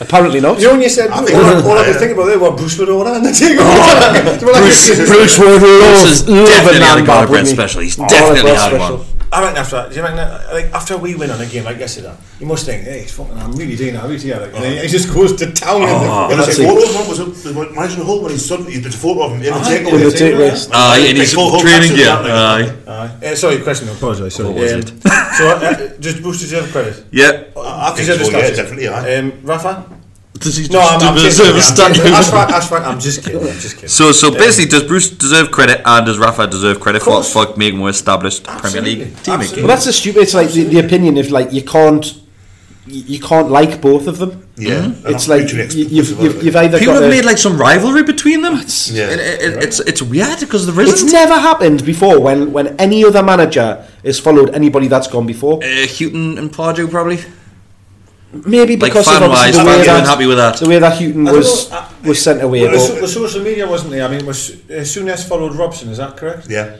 Speaker 8: Apparently not.
Speaker 6: You only said, all,
Speaker 5: think-
Speaker 6: all I could think about there was Bruce Winona and the thing. Bruce,
Speaker 5: Bruce has definitely had a God of Bread special. He's
Speaker 6: Oh,
Speaker 5: definitely had one.
Speaker 6: I reckon after that, do you reckon that, like, after we win on a game like yesterday, you must think, hey, he's fucking, I'm really doing that, really doing that. And then he just goes to town.
Speaker 3: Oh,
Speaker 6: and
Speaker 3: there
Speaker 6: the,
Speaker 3: was a photo of him, was it- there was Managing Holt when he's stood, he did a photo of him in the
Speaker 6: Aye,
Speaker 3: takeaway.
Speaker 6: Ah, in the takeaway.
Speaker 5: Aye, and he's
Speaker 3: Full
Speaker 5: Uh,
Speaker 3: Hulk
Speaker 5: training
Speaker 3: action,
Speaker 5: gear.
Speaker 3: that, like.
Speaker 5: Aye.
Speaker 6: Uh, sorry, question, I apologise. Sorry.
Speaker 5: What was
Speaker 6: Um,
Speaker 5: it?
Speaker 6: So, uh, just Bruce, did you have a credit?
Speaker 5: Yeah.
Speaker 6: Uh,
Speaker 3: I think
Speaker 6: deserve
Speaker 3: so,
Speaker 6: the
Speaker 3: yeah,
Speaker 6: statue.
Speaker 3: definitely,
Speaker 6: Um, Rafa?
Speaker 5: Does he
Speaker 6: No, I'm, I'm just kidding.
Speaker 5: deserve
Speaker 6: I'm,
Speaker 5: a
Speaker 6: just-
Speaker 5: statue?
Speaker 6: that's right, that's right, I'm just kidding. I'm just kidding.
Speaker 5: So, so
Speaker 6: Um,
Speaker 5: basically, does Bruce deserve credit, and does Rafa deserve credit for, for making more established Premier League team?
Speaker 8: Well, that's the stupid. It's like the, the opinion of like you can't, you, you can't like both of them.
Speaker 5: Yeah.
Speaker 8: Mm. it's like you, you've, you've, you've either
Speaker 5: people
Speaker 8: got
Speaker 5: have
Speaker 8: a-
Speaker 5: made like some rivalry between them. It's it, it, it's, it's weird because there isn't.
Speaker 8: It's never happened before when, when any other manager has followed anybody that's gone before.
Speaker 5: Uh, Houghton and Pardew probably.
Speaker 8: Maybe
Speaker 5: Like
Speaker 8: because of
Speaker 5: fan-wise,
Speaker 8: obviously the
Speaker 5: fans
Speaker 8: way
Speaker 5: have been
Speaker 8: that,
Speaker 5: happy with that.
Speaker 8: the way that Houghton
Speaker 6: I don't
Speaker 8: was
Speaker 6: know,
Speaker 8: was sent away.
Speaker 6: Well, the, so-
Speaker 8: but
Speaker 6: the social media wasn't there. I mean, was uh, Souness followed Robson? Is that correct?
Speaker 3: Yeah.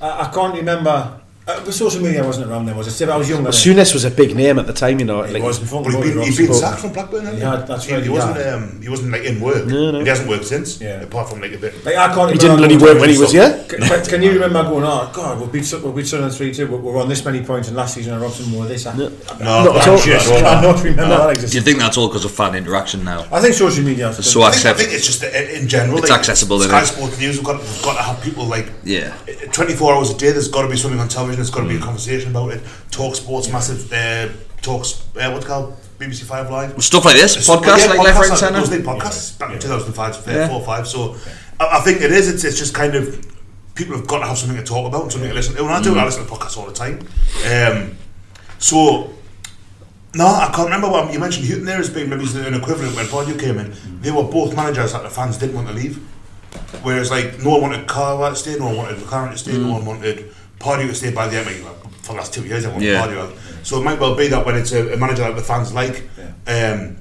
Speaker 6: I, I can't remember. Uh, the social media wasn't around then, was it? Steve, I was younger. then.
Speaker 8: Souness was a big name at the time, you know. Like,
Speaker 6: was in front
Speaker 3: Well, he beat, he beat Zach from Blackburn, didn't he?
Speaker 6: Yeah, that's
Speaker 3: he,
Speaker 6: right,
Speaker 3: He
Speaker 6: yeah.
Speaker 3: wasn't, um, he wasn't like in work.
Speaker 8: No, no.
Speaker 3: He hasn't worked since. Yeah. Apart from like a bit.
Speaker 6: Like, I can't
Speaker 8: He
Speaker 6: remember
Speaker 8: didn't bloody
Speaker 6: going
Speaker 8: work when he was
Speaker 6: to-
Speaker 8: here.
Speaker 6: C- Can, can you remember going, oh, God, we'll beat, Sun- we'll beat Sunderland 3 2, but we're on this many points, and last season our Robson wore this. I, no,
Speaker 5: No,
Speaker 6: I,
Speaker 5: but
Speaker 6: can't-
Speaker 5: I'm sure it's
Speaker 6: I cannot
Speaker 5: wrong.
Speaker 6: remember
Speaker 5: No.
Speaker 6: that
Speaker 5: Do you
Speaker 6: existed.
Speaker 5: think that's all because of fan interaction now?
Speaker 6: I think social media. has
Speaker 5: It's so
Speaker 6: been-
Speaker 3: I
Speaker 5: accept-
Speaker 3: think it's just that in in general.
Speaker 5: It's
Speaker 3: like,
Speaker 5: accessible, isn't
Speaker 3: Sky
Speaker 5: it?
Speaker 3: Sports News, we've got, we've got to have people like
Speaker 5: Yeah.
Speaker 3: 24 hours a day, there's got to be something on television, there's got to be a
Speaker 5: Mm.
Speaker 3: conversation about it. Talk Sports, massive uh, talks, uh, what's it called? BBC Five Live.
Speaker 5: Stuff like this,
Speaker 3: It's-
Speaker 5: podcasts, like Left, Right and
Speaker 3: podcasts,
Speaker 5: Centre.
Speaker 3: Those big podcasts back in 2005,
Speaker 5: Yeah.
Speaker 3: 4 or 5. So I, I think it is, it's, it's just kind of people have got to have something to talk about and something to listen to. When I do,
Speaker 5: Mm.
Speaker 3: I listen to podcasts all the time. Um, so no, I can't remember what you mentioned. Houghton there has been maybe an equivalent when Pardew came in. They were both managers that the fans didn't want to leave. Whereas like no one wanted Carver to stay, no one wanted Lukaku to stay, no one wanted Pardew to stay by the end. Like, for the last two years, I wanted
Speaker 5: Yeah.
Speaker 3: Pardew out. So it might well be that when it's a, a manager that the fans like, um,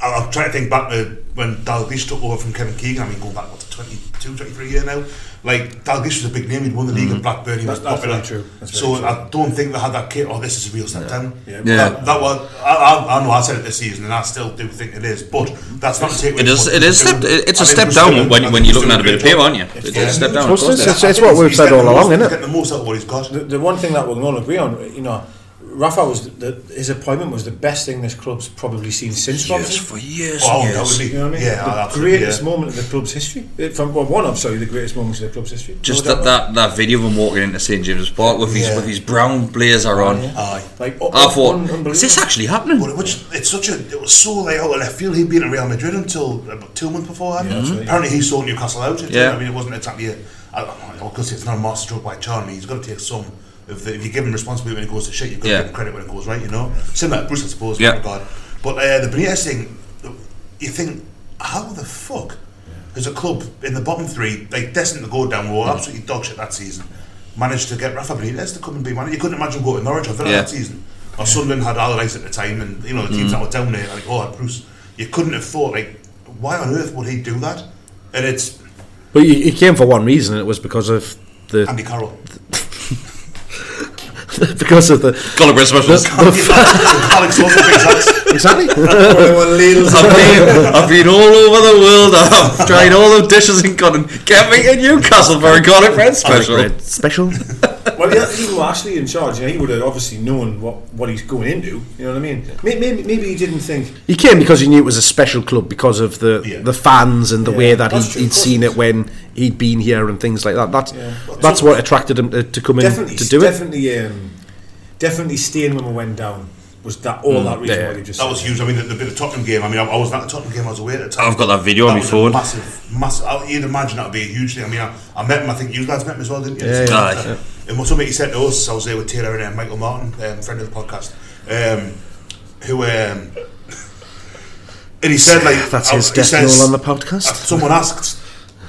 Speaker 3: I- I'm trying to think back to when Dalglish took over from Kevin Keegan. I mean, going back what, to 22, 23 years now. Like Dalglish was a big name. He'd won the league at Blackburn. He was
Speaker 6: That- that's
Speaker 3: popular.
Speaker 6: very true. That's
Speaker 3: so
Speaker 6: very true.
Speaker 3: I don't think they had that kid. Oh, this is a real step down.
Speaker 6: Yeah.
Speaker 5: Yeah.
Speaker 3: That, that was. I, I, I know I said it this season, and I still do think it is. But that's not to take. away
Speaker 5: It is.
Speaker 3: from
Speaker 5: It is.
Speaker 3: what
Speaker 5: Step,
Speaker 3: he's doing.
Speaker 5: it's
Speaker 3: I
Speaker 5: a
Speaker 3: think
Speaker 5: step
Speaker 3: he's
Speaker 5: down
Speaker 3: doing- I
Speaker 5: when,
Speaker 3: think
Speaker 5: when
Speaker 3: he's
Speaker 5: you're looking at
Speaker 3: doing
Speaker 5: a bit of
Speaker 3: great
Speaker 5: paper,
Speaker 3: job.
Speaker 5: aren't you? It's a step down.
Speaker 8: Well,
Speaker 5: of course
Speaker 8: it's-
Speaker 5: it is.
Speaker 8: it's- it's what we've said all along,
Speaker 3: He's
Speaker 8: innit?
Speaker 3: getting the most out of what he's got.
Speaker 6: The, the one thing that we can all agree on, you know, Rafa was the, the, his appointment was the best thing this club's probably seen since
Speaker 3: Years,
Speaker 6: Robson.
Speaker 3: for years
Speaker 6: Oh,
Speaker 3: and years.
Speaker 6: that would be, you know what I mean?
Speaker 3: Yeah,
Speaker 6: the
Speaker 3: absolutely,
Speaker 6: greatest
Speaker 3: yeah.
Speaker 6: moment of the club's history. Uh, From well, one of, sorry, the greatest moments of the club's history.
Speaker 5: Just
Speaker 6: No doubt
Speaker 5: that, that, that video of him walking into St James's Park with his
Speaker 3: Yeah. Oh,
Speaker 5: with his brown blazer on.
Speaker 3: Aye.
Speaker 6: Like, oh,
Speaker 5: I thought, is this actually happening?
Speaker 3: But it- which it's such a it was so like out of left field. He'd been at Real Madrid until about two months before.
Speaker 6: Yeah, that's right, yeah.
Speaker 3: Apparently he sold Newcastle out.
Speaker 5: Yeah.
Speaker 3: I mean it wasn't exactly a I don't know, because it's not a masterstroke by Charlie. He's got to take some. If, the, if you give him responsibility when it goes to shit, you've got
Speaker 5: Yeah.
Speaker 3: to give him credit when it goes right. You know, similar to Bruce, I suppose.
Speaker 5: Yeah.
Speaker 3: Yeah. God. But uh, the Benitez thing, you think, how the fuck has a club in the bottom three, like destined to go down, were absolutely dog shit that season, managed to get Rafa Benitez to come and be manager? You couldn't imagine going to Norwich or Villa
Speaker 5: Yeah.
Speaker 3: that season. Or Sunderland had Allardyce at the time, and you know the teams
Speaker 5: Mm.
Speaker 3: that were down there, like oh had Bruce, you couldn't have thought like, why on earth would he do that? And it's
Speaker 8: but he, he came for one reason, and it was because of the
Speaker 3: Andy Carroll.
Speaker 8: because of the
Speaker 5: Gulliver specials.
Speaker 3: Alex Wilson, exactly.
Speaker 8: exactly.
Speaker 5: I've been, I've been all over the world. I've tried all the dishes in Cotton. Get me to Newcastle for a Cotton Bread special.
Speaker 8: Bread special.
Speaker 6: well, yeah, even with Ashley in charge, you know, he would have obviously known what, what he's going into. You know what I mean? Maybe, maybe, maybe he didn't think.
Speaker 8: He came because he knew it was a special club because of the the fans and the
Speaker 6: Yeah,
Speaker 8: way that
Speaker 6: that's
Speaker 8: he'd,
Speaker 6: true,
Speaker 8: he'd
Speaker 6: of course.
Speaker 8: seen it when he'd been here and things like that. That's
Speaker 6: Well,
Speaker 8: that's
Speaker 6: so-
Speaker 8: what attracted him to, to come in
Speaker 6: Definitely,
Speaker 8: to do it.
Speaker 6: definitely, um, definitely staying when we went down was that all
Speaker 5: Mm,
Speaker 6: that reason
Speaker 5: yeah.
Speaker 6: why they just
Speaker 3: That was huge. I mean, the, the bit of Tottenham game. I mean, I, I wasn't at the Tottenham game. I was away at the time.
Speaker 5: I've got that video on my
Speaker 3: was a
Speaker 5: phone.
Speaker 3: Massive, massive. I, you'd imagine that would be a huge thing. I mean, I, I met him. I think you guys met him as well, didn't you?
Speaker 5: Yeah, yeah. Aye.
Speaker 3: Uh, And what somebody said to us, I was there with Taylor and uh, Michael Martin, um, friend of the podcast, um, who um, And he said, like,
Speaker 8: That's
Speaker 3: I-
Speaker 8: his
Speaker 3: he
Speaker 8: death
Speaker 3: says- uh,
Speaker 8: knell on the podcast.
Speaker 3: Someone asked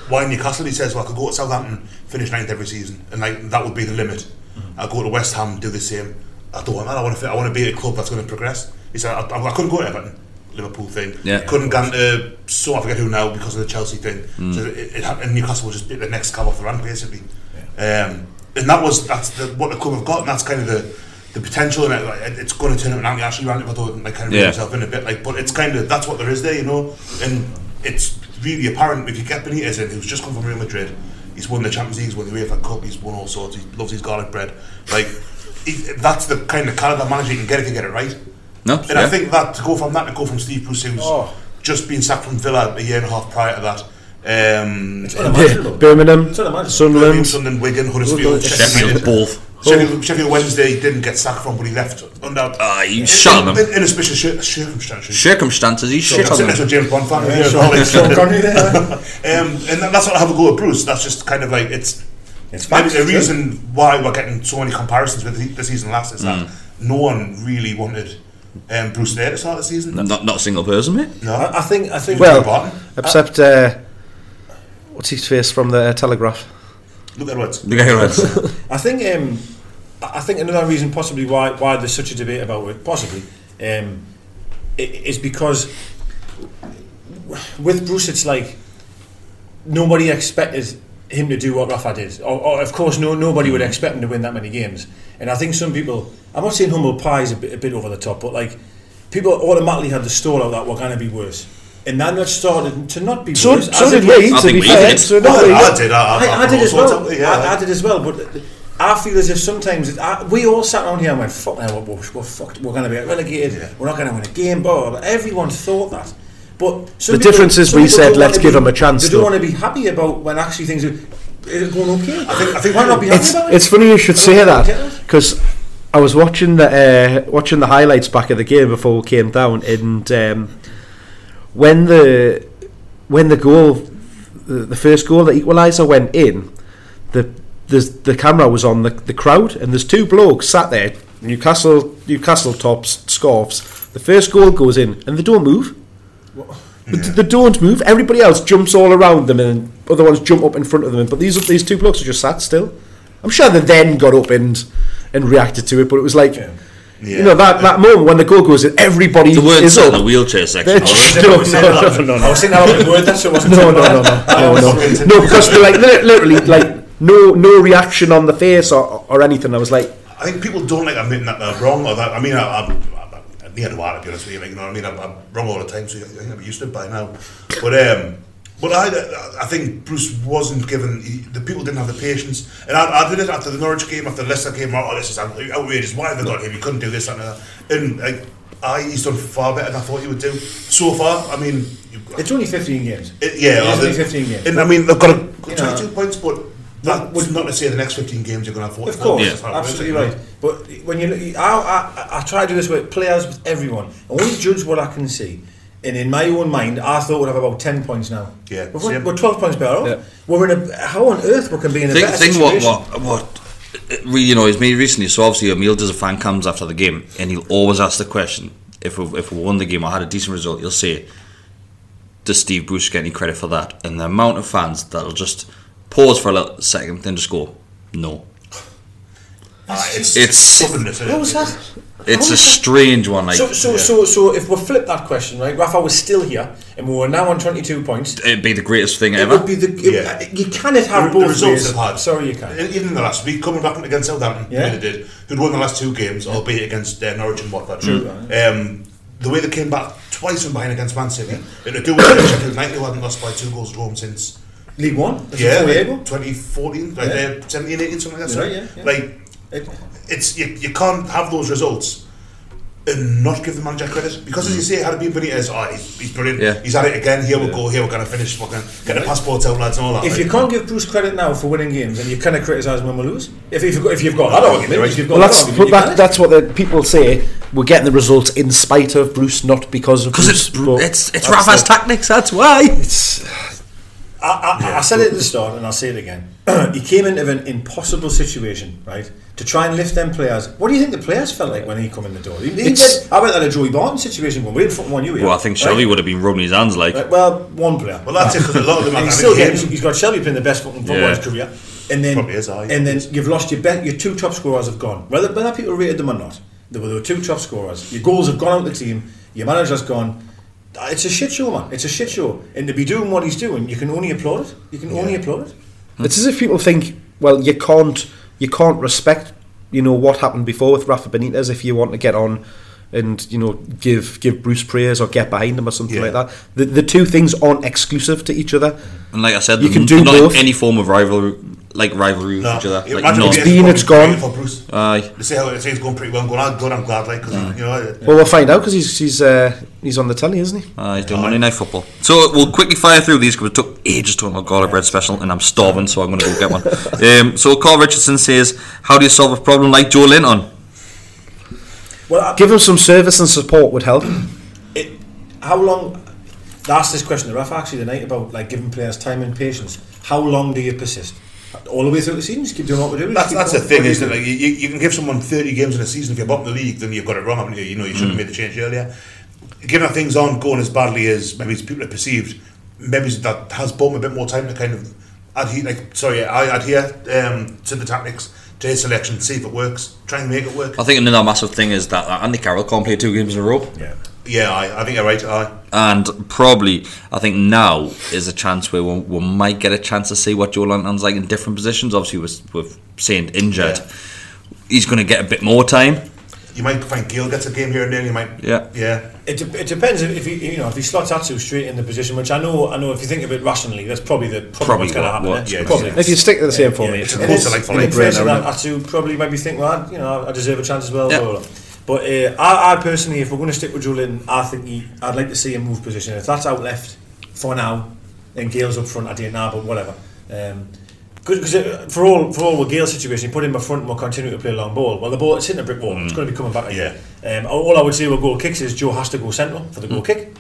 Speaker 3: why Newcastle. He says, "Well, I could go to Southampton, finish ninth every season, and like that would be the limit.
Speaker 8: Mm-hmm.
Speaker 3: I go to West Ham, do the same. I don't want that. I want to. I want to be at a club that's going to progress." He said, "I, I couldn't go to Everton, Liverpool thing.
Speaker 5: Yeah.
Speaker 3: Couldn't go uh, to so I forget who now because of the Chelsea thing.
Speaker 5: Mm.
Speaker 3: So it, it, hap- and Newcastle was just be the next cab off the ramp, basically. Um, and that was that's the, what the club have got, and that's kind of the." The potential and it, like, it- it's going to turn up an anti-Ashley rant if I don't like kind of
Speaker 5: Yeah.
Speaker 3: yeah. himself in a bit like but it's kind of that's what there is there you know and it's really apparent if you get Benitez in who's just come from Real Madrid he's won the Champions League he's won the UEFA Cup he's won all sorts he loves his garlic bread like he, that's the kind of caliber manager you can get if you get it right
Speaker 5: No,
Speaker 3: and
Speaker 5: yeah.
Speaker 3: I think that to go from that to go from Steve Bruce who's just been sacked from Villa a year and a half prior to that um,
Speaker 8: Bir- Birmingham,
Speaker 3: Birmingham,
Speaker 8: Sunderland,
Speaker 3: Sunderland, Wigan, Huddersfield,
Speaker 5: Sheffield,
Speaker 3: Sheffield,
Speaker 5: both.
Speaker 3: Sheffield, Sheffield Wednesday didn't get sacked from, but he left under. Ah,
Speaker 5: you shot him.
Speaker 3: In auspicious cir- circumstances.
Speaker 5: Circumstances, he shit
Speaker 3: That's
Speaker 5: on
Speaker 3: it, that's what
Speaker 5: them.
Speaker 3: James Bond fan.
Speaker 5: Yeah,
Speaker 3: yeah,
Speaker 5: Sean-
Speaker 3: Alex.
Speaker 5: Sean Connery there.
Speaker 3: um, and that- that's not have a go at Bruce. That's just kind of like it's. It's maybe
Speaker 6: facts,
Speaker 3: the
Speaker 6: yeah.
Speaker 3: reason why we're getting so many comparisons with the, the season last is that
Speaker 5: Mm.
Speaker 3: no one really wanted um, Bruce there to start the season.
Speaker 5: Not, not a single person, mate.
Speaker 3: No, I, I think I think
Speaker 8: Well, except uh, what's his face from the Telegraph?
Speaker 3: Look at Rhodes.
Speaker 5: Look at Rhodes.
Speaker 6: I think um, I I think another reason possibly why why there's such a debate about it possibly um, i- is because with Bruce it's like nobody expected him to do what Rafa did. Or, or of course, no nobody would expect him to win that many games. And I think some people, I'm not saying humble pie is a bit, a bit over the top, but like people automatically had the story out that we're going to be worse. And then that started to not be
Speaker 8: So-
Speaker 6: worse.
Speaker 8: so
Speaker 6: as
Speaker 8: did
Speaker 6: it
Speaker 8: we,
Speaker 6: is.
Speaker 8: to I think be we fair. did. So did
Speaker 6: I,
Speaker 8: we.
Speaker 6: I,
Speaker 8: I did, I- I-
Speaker 6: I, I did as
Speaker 3: I
Speaker 6: well.
Speaker 3: thought, yeah.
Speaker 6: I, I did as well. But I feel as if sometimes it, I, we all sat around here and went, "Fuck now, we're, we're fucked. We're going to be relegated. We're not going to win a game." Blah, blah, blah. Everyone thought that. But some
Speaker 8: The difference is
Speaker 6: some
Speaker 8: we
Speaker 6: people
Speaker 8: said,
Speaker 6: don't
Speaker 8: "Let's
Speaker 6: wanna
Speaker 8: give
Speaker 6: be-
Speaker 8: 'em a chance,"
Speaker 6: They don't
Speaker 8: though.
Speaker 6: want to be happy about when actually things are are going okay. I think,
Speaker 3: I think
Speaker 6: why not be happy
Speaker 8: it's,
Speaker 6: about
Speaker 8: it's
Speaker 6: it?
Speaker 8: funny you should
Speaker 6: I
Speaker 8: say
Speaker 6: don't
Speaker 8: that
Speaker 6: get it.
Speaker 8: because I was watching the uh, watching the highlights back of the game before we came down, and um, when the when the goal, the, the first goal, the equaliser went in, the the, the camera was on the, the crowd, and there's two blokes sat there, Newcastle Newcastle tops scarfs. The first goal goes in, and they don't move. They, they don't move. Everybody else jumps all around them, and other ones jump up in front of them. But these these two blokes are just sat still. I'm sure they then got up and and reacted to it, but it was like. You know that, that moment when the goal goes in, everybody
Speaker 5: They weren't
Speaker 8: is
Speaker 5: sat in
Speaker 8: up.
Speaker 5: the wheelchair section,
Speaker 8: They're
Speaker 5: were they?
Speaker 8: just-
Speaker 5: They
Speaker 8: no,
Speaker 5: were
Speaker 8: no,
Speaker 5: sitting
Speaker 8: no,
Speaker 5: up.
Speaker 8: no, no.
Speaker 5: I was thinking that was a word, that's what I wasn't
Speaker 8: No, no,
Speaker 5: talking
Speaker 8: no,
Speaker 5: about.
Speaker 8: no, no, no, no. Because they're like li- literally like no no reaction on the face or, or anything. I was like,
Speaker 3: I think people don't like admitting that they're wrong, or that I mean, I, I'm, I'm, I'm near the water, to be honest with you. Like, you know what I mean? I'm, I'm wrong all the time, so I think I'm used to it by now. But um, but I, I think Bruce wasn't given he, the people didn't have the patience, and I, I did it after the Norwich game, after the Leicester game. Oh, this is outrageous! Why have they got him? He couldn't do this and that. And like, I, he's done far better than I thought he would do so far. I mean, you-
Speaker 6: It's only 15 games.
Speaker 3: it, yeah,
Speaker 6: it's
Speaker 3: I
Speaker 6: only
Speaker 3: mean,
Speaker 6: 15 games.
Speaker 3: And I mean, they've got a,
Speaker 6: You know.
Speaker 3: 22 points, but that was not to say the next 15 games you're going to have 40
Speaker 6: Of course,
Speaker 3: points. That's how it works,
Speaker 6: absolutely
Speaker 3: you know.
Speaker 6: right. But when you, look- I, I, I try to do this with players, with everyone. I only judge what I can see. And in my own mind, I thought we'd have about ten points now.
Speaker 3: Yeah,
Speaker 6: we're,
Speaker 3: same.
Speaker 6: we're twelve points better off. We're in a how on earth we can be in a
Speaker 5: Think,
Speaker 6: better
Speaker 5: think what,
Speaker 6: situation?
Speaker 5: what, what uh, it really annoys me recently. So obviously Emil does a fan cams after the game, and he'll always ask the question: if we if we won the game or had a decent result, he'll say, "Does Steve Bruce get any credit for that?" And the amount of fans that'll just pause for a little second, then just go, "No."
Speaker 6: That's
Speaker 3: it's
Speaker 5: It's
Speaker 6: What was that?
Speaker 5: it's a strange one. Like
Speaker 6: so, so, so, so, if we flip that question, right? Rafa was still here, and we were now on twenty-two points.
Speaker 5: it'd be the greatest thing
Speaker 6: It
Speaker 5: ever.
Speaker 6: would be the it-
Speaker 3: Yeah.
Speaker 6: you cannot
Speaker 3: The-
Speaker 6: have
Speaker 3: the
Speaker 6: both
Speaker 3: results
Speaker 6: ways.
Speaker 3: they've had. e-,
Speaker 6: Sorry, you can't.
Speaker 3: Even in the last week, coming back against Southampton, yeah.
Speaker 6: Yeah.
Speaker 3: they did, who'd won the last two games, albeit against uh, Norwich and Watford.
Speaker 6: True.
Speaker 3: Um, the way they came back twice from behind against Man City, and they do it against Sheffield United, who hadn't lost by two goals at home since
Speaker 6: League One. That's
Speaker 3: yeah,
Speaker 6: what we
Speaker 3: like
Speaker 6: able.
Speaker 3: 2014, like
Speaker 6: Yeah.
Speaker 3: uh, 17, 18, something like
Speaker 6: Yeah,
Speaker 3: that. sorry.
Speaker 6: yeah, yeah.
Speaker 3: Like, it's you, you can't have those results and not give the manager credit because, as you say, it had it been Benitez, oh, he's, he's brilliant.
Speaker 5: Yeah.
Speaker 3: He's at it again. Here we go. Here we're going to finish. We're going to get the passports out, lads, and all that.
Speaker 6: If
Speaker 3: like.
Speaker 6: you can't give Bruce credit now for winning games, then you cannot criticise him when we lose. If, if, you've got, if you've got that argument, if you've got
Speaker 8: well, that's
Speaker 6: that
Speaker 8: but
Speaker 6: argument,
Speaker 8: that, that's what the people say. We're getting the results in spite of Bruce, not because of Bruce. Because
Speaker 5: it's Rafa's tactics. That's why.
Speaker 8: It's
Speaker 3: I,
Speaker 6: I, I, I said it at the start, and I'll say it again. he came into an impossible situation, right, to try and lift them players. What do you think the players felt like when he come in the door? He, he
Speaker 5: It's-
Speaker 6: did- I went at a Joey Barton situation when we didn't fucking want you. here,
Speaker 5: Well, I think
Speaker 6: right?
Speaker 5: Shelley would have been rubbing his hands like.
Speaker 6: Right, well, one player.
Speaker 3: Well, that's it, 'cause a lot of them
Speaker 6: And
Speaker 3: are
Speaker 6: he's still
Speaker 3: having
Speaker 6: getting. He's got Shelby playing the best fucking football in his
Speaker 3: Yeah.
Speaker 6: career, and then
Speaker 3: Probably is, aye.
Speaker 6: and then you've lost your bet. Your two top scorers have gone. Whether whether people rated them or not, there were, there were two top scorers. Your goals have gone out the team. Your manager's gone. Ah, It's a shit show, man. It's a shit show. And to be doing what he's doing, you can only applaud it. You can only applaud it.
Speaker 8: It's as if people think, well, you can't you can't respect you know what happened before with Rafa Benitez if you want to get on and you know give give Bruce praise or get behind him or something like that. The, the two things aren't exclusive to each other.
Speaker 5: And like I said,
Speaker 8: You
Speaker 5: you
Speaker 8: can do
Speaker 5: not
Speaker 8: both.
Speaker 5: any form of rivalry, like rivalry with
Speaker 3: No.
Speaker 5: each other. Like,
Speaker 3: Imagine
Speaker 5: none.
Speaker 3: we get
Speaker 8: been, it's
Speaker 3: fucking
Speaker 8: gone.
Speaker 3: for Bruce.
Speaker 5: Aye.
Speaker 3: They say how they say it's going pretty well. I'm going, "Ah, I'm good. I'm glad. Like, 'cause you know,
Speaker 8: Well, we'll find out because he's he's uh, he's on the telly, isn't he?
Speaker 5: Aye, he's doing Monday Night Football. So we'll quickly fire through these because it took ages talking about garlic bread special, and I'm starving, so I'm going to go get one. um, so Carl Richardson says, "How do you solve a problem like Joe Linton?"
Speaker 6: uh,
Speaker 8: Give him some service and support would help.
Speaker 6: How long? I asked this question to Rafa actually tonight about like giving players time and patience. How long do you persist? All the way through the season, just keep doing what we're doing.
Speaker 3: That's,
Speaker 6: Just keep
Speaker 3: that's
Speaker 6: doing
Speaker 3: the
Speaker 6: what
Speaker 3: thing,
Speaker 6: we're
Speaker 3: isn't it?
Speaker 6: doing.
Speaker 3: Like, you, you you can give someone 30 games in a season. If you're bottom of the league, then you've got it wrong, haven't you? You know, you should have made the change earlier. Given that things aren't going as badly as maybe as people have perceived, maybe that has bought them a bit more time to kind of adhere, like, sorry, I adhere um, to the tactics, to his selection, see if it works, try and make it work.
Speaker 5: I think another massive thing is that uh, Andy Carroll can't play two games in a row.
Speaker 6: Yeah.
Speaker 3: Yeah, I, I think you're right. I,
Speaker 5: And probably, I think now is a chance where we, we might get a chance to see what Joe Linton's like in different positions. Obviously, with, with saying injured, he's going to get a bit more time.
Speaker 3: you might find Gale gets a game here and there, you might.
Speaker 5: Yeah.
Speaker 3: Yeah.
Speaker 6: It, de- it depends if, if he you know if he slots Atsu straight in the position, which I know I know if you think of it rationally, that's probably the probably,
Speaker 5: Probably
Speaker 6: what's going to
Speaker 5: what-
Speaker 6: happen.
Speaker 5: what-
Speaker 6: isn't it?
Speaker 5: yeah,
Speaker 6: probably.
Speaker 8: If you stick to the same
Speaker 6: It's
Speaker 8: formation,
Speaker 6: and it's, in the person that Atsu probably maybe think, well, I, you know, I deserve a chance as well.
Speaker 8: Yeah.
Speaker 6: blah, blah, blah. But uh, I, I personally, if we're going to stick with Joe Linton, I think he, I'd like to see him move position. If that's out left for now, then Gale's up front. I don't know, but whatever. Um, because for all for all with Gale's situation, you put him up front and we'll continue to play long ball. Well, the ball it's hitting a brick wall. It's going to be coming back again. Um, all- all I would say with goal kicks is Joe has to go central for the goal kick,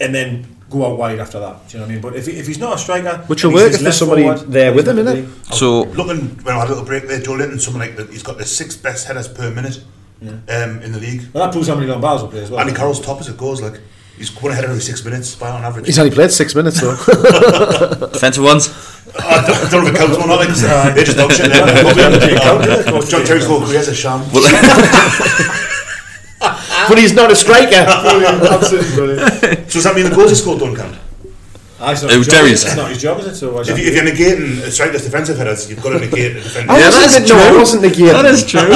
Speaker 6: and then go out wide after that. Do you know what I mean? But if, he- if he's not a striker,
Speaker 8: Which
Speaker 6: and
Speaker 8: will
Speaker 6: he's
Speaker 8: work
Speaker 6: his
Speaker 8: if there's
Speaker 6: left
Speaker 8: somebody
Speaker 6: forward,
Speaker 8: there with him,
Speaker 6: he's
Speaker 8: innit?
Speaker 5: So
Speaker 3: looking when I had a little break there, Joe Linton, someone like that, he's got the sixth best headers per minute um, in the league.
Speaker 6: Well, that proves how many long balls he plays as well.
Speaker 3: Andy Carroll's top as it goes. Like he's one header every six minutes by on average.
Speaker 8: He's only played six minutes though.
Speaker 5: Defensive ones.
Speaker 3: I don't, I don't know if it counts or not. Like, they just don't shit. Oh,
Speaker 6: Uh,
Speaker 3: John Terry's whole career's a sham.
Speaker 8: but he's not a striker.
Speaker 6: Absolutely brilliant.
Speaker 3: so does that mean the goals he scored don't count?
Speaker 6: Ah, it's not
Speaker 5: It
Speaker 6: his
Speaker 5: was
Speaker 6: job, is
Speaker 5: Darius.
Speaker 6: it? It's not his job, is it? So why
Speaker 3: If,
Speaker 6: not?
Speaker 3: you, if you're negating a striker's defensive headers, you've got to negate the defender.
Speaker 8: I wasn't the- no, I wasn't the gear.
Speaker 5: That is true.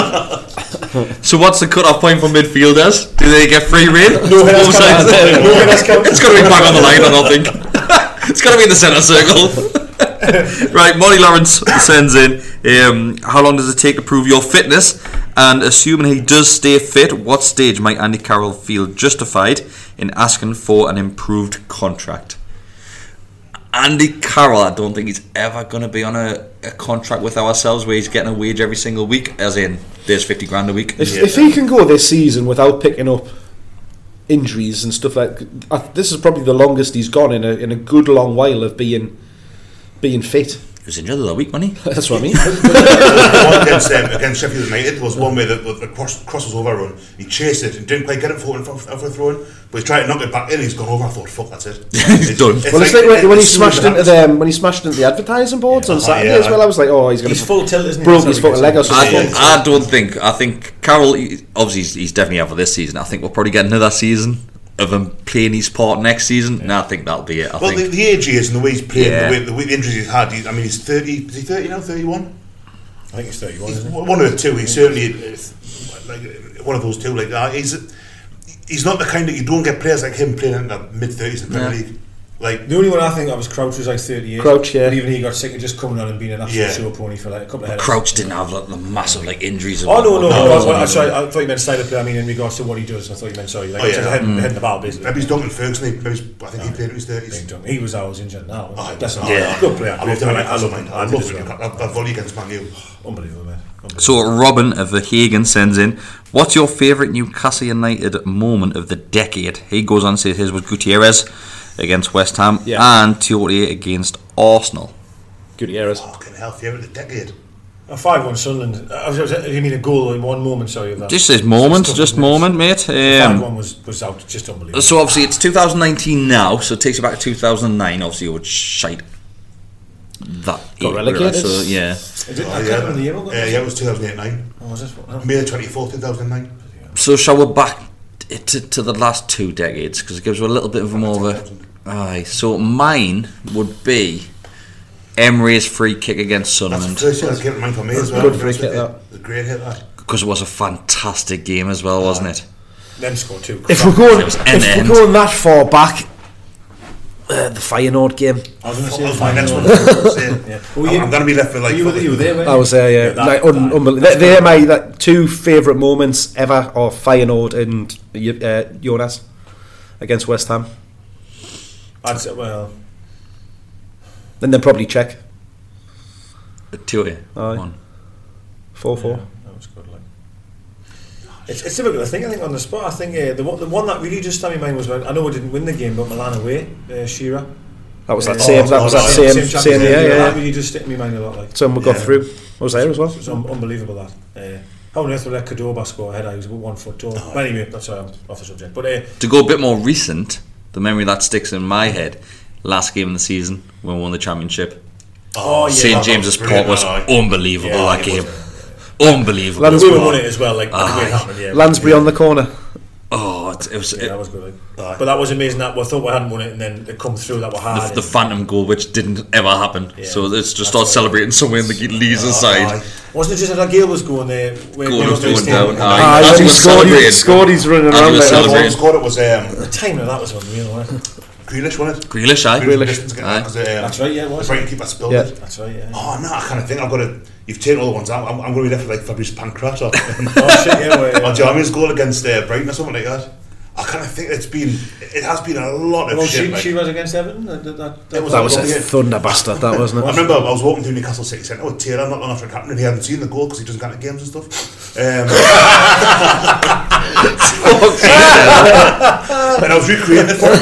Speaker 5: so what's the cut-off point for midfielders? Do they get free rein? No
Speaker 6: headers count. No headers count.
Speaker 5: It's got to be back on the line, I don't think. it's got to be in the centre circle. right, Molly Lawrence sends in, um, how long does it take to prove your fitness? And assuming he does stay fit, what stage might Andy Carroll feel justified in asking for an improved contract? Andy Carroll, I don't think he's ever going to be on a, a contract with ourselves where he's getting a wage every single week, as in there's 50 grand a week.
Speaker 8: If, if he can go this season without picking up injuries and stuff like I, this is probably the longest he's gone in a in a good long while of being being fit.
Speaker 5: He was injured the other week, wasn't he?
Speaker 8: That's what I mean.
Speaker 3: The one against, um, against Sheffield United was one where the, the cross, cross was overrun. He chased it and didn't quite get it for for- for a throw in, but he tried to knock it back in. He's gone over. I thought, fuck, that's it. It's-
Speaker 5: done.
Speaker 8: well, it's like when, when he
Speaker 3: it's smooth
Speaker 8: smashed
Speaker 3: as
Speaker 8: into
Speaker 3: that.
Speaker 8: the um, when he smashed into the advertising boards on Saturday
Speaker 3: yeah,
Speaker 8: as well. I was like, oh, he's going
Speaker 6: He's full tilt, isn't he?
Speaker 8: broke his fucking leg or
Speaker 5: I,
Speaker 8: something.
Speaker 5: I don't think. I think Carroll, he- obviously, he's, he's definitely out for this season. I think we'll probably get another season of him playing his part next season. And I think that'll be it. I
Speaker 3: Well,
Speaker 5: think.
Speaker 3: the, the age he is and the way he's played,
Speaker 5: Yeah.
Speaker 3: the, way, the way the injuries he's had. He's, I mean, he's thirty. Is he thirty now? Thirty-one.
Speaker 6: I think he's 31,
Speaker 3: He's
Speaker 6: isn't he?
Speaker 3: one of the two. He's certainly uh, like one of those two. Like uh, he's he's not the kind that you don't get players like him playing in the mid thirties in the Premier League. Like
Speaker 6: The only one I think of was Crouch was like 38.
Speaker 8: Crouch, yeah.
Speaker 6: And even he got sick of just coming on and being an absolute
Speaker 3: Yeah.
Speaker 6: show pony for like a couple of heads.
Speaker 5: Crouch didn't have like, the massive like injuries. and
Speaker 6: Oh, no, no. no,
Speaker 5: whatnot.
Speaker 6: I, I, sorry, I thought you meant side of play. I mean, in regards to what he does, I thought you meant, sorry, like
Speaker 3: Oh, yeah.
Speaker 6: just head, head in the battle, basically.
Speaker 3: maybe he's Duncan Ferguson. He, maybe he's, I think he played in his thirties.
Speaker 6: He was always injured now. wasn't he?
Speaker 3: Oh,
Speaker 6: That's
Speaker 3: oh,
Speaker 6: a
Speaker 3: yeah.
Speaker 6: good player.
Speaker 3: I love him. I love him. I
Speaker 6: I
Speaker 3: love
Speaker 6: loved
Speaker 3: him.
Speaker 6: him.
Speaker 3: That that volley against Man U.
Speaker 6: Unbelievable, man.
Speaker 5: So Robin of the Hagen sends in, "What's your favourite Newcastle United moment of the decade?" He goes on to say his was Gutierrez, against West Ham
Speaker 6: Yeah.
Speaker 5: and 248 against Arsenal.
Speaker 8: Good errors.
Speaker 3: Fucking hell, favourite of the decade.
Speaker 6: A 5 1 Sunderland. Uh, I was- I was- you mean a goal in one moment, sorry. Of that.
Speaker 5: Just this moment,
Speaker 6: Stuff
Speaker 5: just
Speaker 6: in this.
Speaker 5: moment, mate.
Speaker 6: The
Speaker 5: Um,
Speaker 6: 5 1 was, was out, just unbelievable.
Speaker 5: So obviously it's 2019 now, so it takes you back to 2009. Obviously, it was shite. That
Speaker 8: Got
Speaker 5: era,
Speaker 8: relegated.
Speaker 5: So yeah,
Speaker 6: Is it- I can't remember the year, wasn't
Speaker 3: Oh, Yeah,
Speaker 6: it?
Speaker 3: yeah, it was 2008-9.
Speaker 6: Oh, was this one?
Speaker 3: May 24th, 2009.
Speaker 5: so shall we back t- to, to the last two decades because it gives you a little bit of a more of a. Aye, so mine would be Emery's free kick against
Speaker 3: That's
Speaker 5: Sunderland.
Speaker 3: the first one that came to mind for me as well.
Speaker 8: Good free kick,
Speaker 3: that. A great hit, that.
Speaker 5: because it was a fantastic game as well, wasn't it?
Speaker 6: Then scored two.
Speaker 8: If we're going,
Speaker 5: It was end to
Speaker 8: if
Speaker 5: end.
Speaker 8: we're going that far back, uh, the Feyenoord game.
Speaker 6: I was going to say
Speaker 3: That's my next one.
Speaker 6: Yeah.
Speaker 3: Yeah.
Speaker 6: Well, you-
Speaker 3: I'm, I'm going to be left with like...
Speaker 6: You were, you were there, weren't
Speaker 8: I was there, yeah.
Speaker 6: that-
Speaker 8: like, un- unbelievable. They're, my like, two favourite moments ever are Feyenoord and Y- uh, Jonas against West Ham.
Speaker 6: I'd say, well,
Speaker 8: Then they'll probably check.
Speaker 5: Two yeah.
Speaker 8: Aye.
Speaker 5: One.
Speaker 8: 4 4.
Speaker 6: that was good. Like. It's, it's difficult to think, I think, on the spot. I think uh, the, one, the one that really just stuck in my mind was when, I know we didn't win the game, but Milan away, uh, Shearer.
Speaker 8: That was
Speaker 6: Uh,
Speaker 8: that same, that was that same, same,
Speaker 6: Champions
Speaker 8: yeah,
Speaker 6: League
Speaker 8: yeah,
Speaker 6: game.
Speaker 8: yeah.
Speaker 6: That really just stuck in my mind a lot. Like.
Speaker 8: So we got
Speaker 6: Yeah.
Speaker 8: through. I was there as well.
Speaker 6: It's un- unbelievable that. Uh, how on earth would that Cordoba score ahead? He was about one foot tall. But anyway, that's sorry, I'm off the subject. But uh,
Speaker 5: To go a bit more recent, the memory that sticks in my head: last game of the season when we won the championship.
Speaker 6: oh, yeah,
Speaker 5: St
Speaker 6: that
Speaker 5: James's Port
Speaker 3: brilliant,
Speaker 5: was
Speaker 3: that,
Speaker 5: unbelievable
Speaker 6: Yeah,
Speaker 5: that
Speaker 6: it
Speaker 5: game.
Speaker 6: was,
Speaker 5: Unbelievable.
Speaker 6: was-
Speaker 8: Lansbury
Speaker 6: we won it as well. Like the way it
Speaker 5: Aye.
Speaker 6: happened, yeah.
Speaker 8: Lansbury on the corner.
Speaker 5: Oh, it, it was
Speaker 6: Yeah,
Speaker 5: it,
Speaker 6: that was good. Like. But that was amazing. That we thought we hadn't won it, and then it come through that we had.
Speaker 5: the, the
Speaker 6: and-
Speaker 5: phantom goal, which didn't ever happen. So let's just start celebrating somewhere in the Leeds side.
Speaker 6: Wasn't it just that Gale was going there? Where
Speaker 5: Goal
Speaker 6: Gale
Speaker 5: was going down.
Speaker 6: The
Speaker 8: Aye,
Speaker 5: as
Speaker 8: when he scored, he
Speaker 5: was celebrating-
Speaker 8: scored, he's running
Speaker 5: as he
Speaker 8: around like that.
Speaker 5: was
Speaker 3: The one who
Speaker 5: celebrating.
Speaker 3: scored it was um,
Speaker 6: timing of that was unreal. Wasn't it?
Speaker 3: Grealish, wasn't it?
Speaker 5: Grealish, aye.
Speaker 3: Grealish.
Speaker 5: Aye.
Speaker 6: That's right, yeah, it was.
Speaker 3: If I can keep that um, spilled.
Speaker 8: Yeah.
Speaker 6: That's right. Yeah.
Speaker 3: Oh, no, I kind of think I've got to... You've taken all the ones out. I'm, I'm going to be left with like Fabrice Pancras or...
Speaker 6: oh shit! Yeah, well,
Speaker 3: Or
Speaker 6: yeah.
Speaker 3: Jeremy's goal against uh, Brighton or something like that. I kind of think it's been... It has been a lot of
Speaker 6: Well,
Speaker 3: shit.
Speaker 6: she,
Speaker 3: like.
Speaker 6: she was against Everton. That, that, that,
Speaker 3: It was
Speaker 8: That was a
Speaker 3: Yeah.
Speaker 8: thunder bastard, that wasn't
Speaker 3: I
Speaker 8: it?
Speaker 3: remember I was walking through Newcastle City Centre with Tierra not long after it happened and he hadn't seen the goal because he doesn't get to games and stuff. Um, and I was recreating it for him.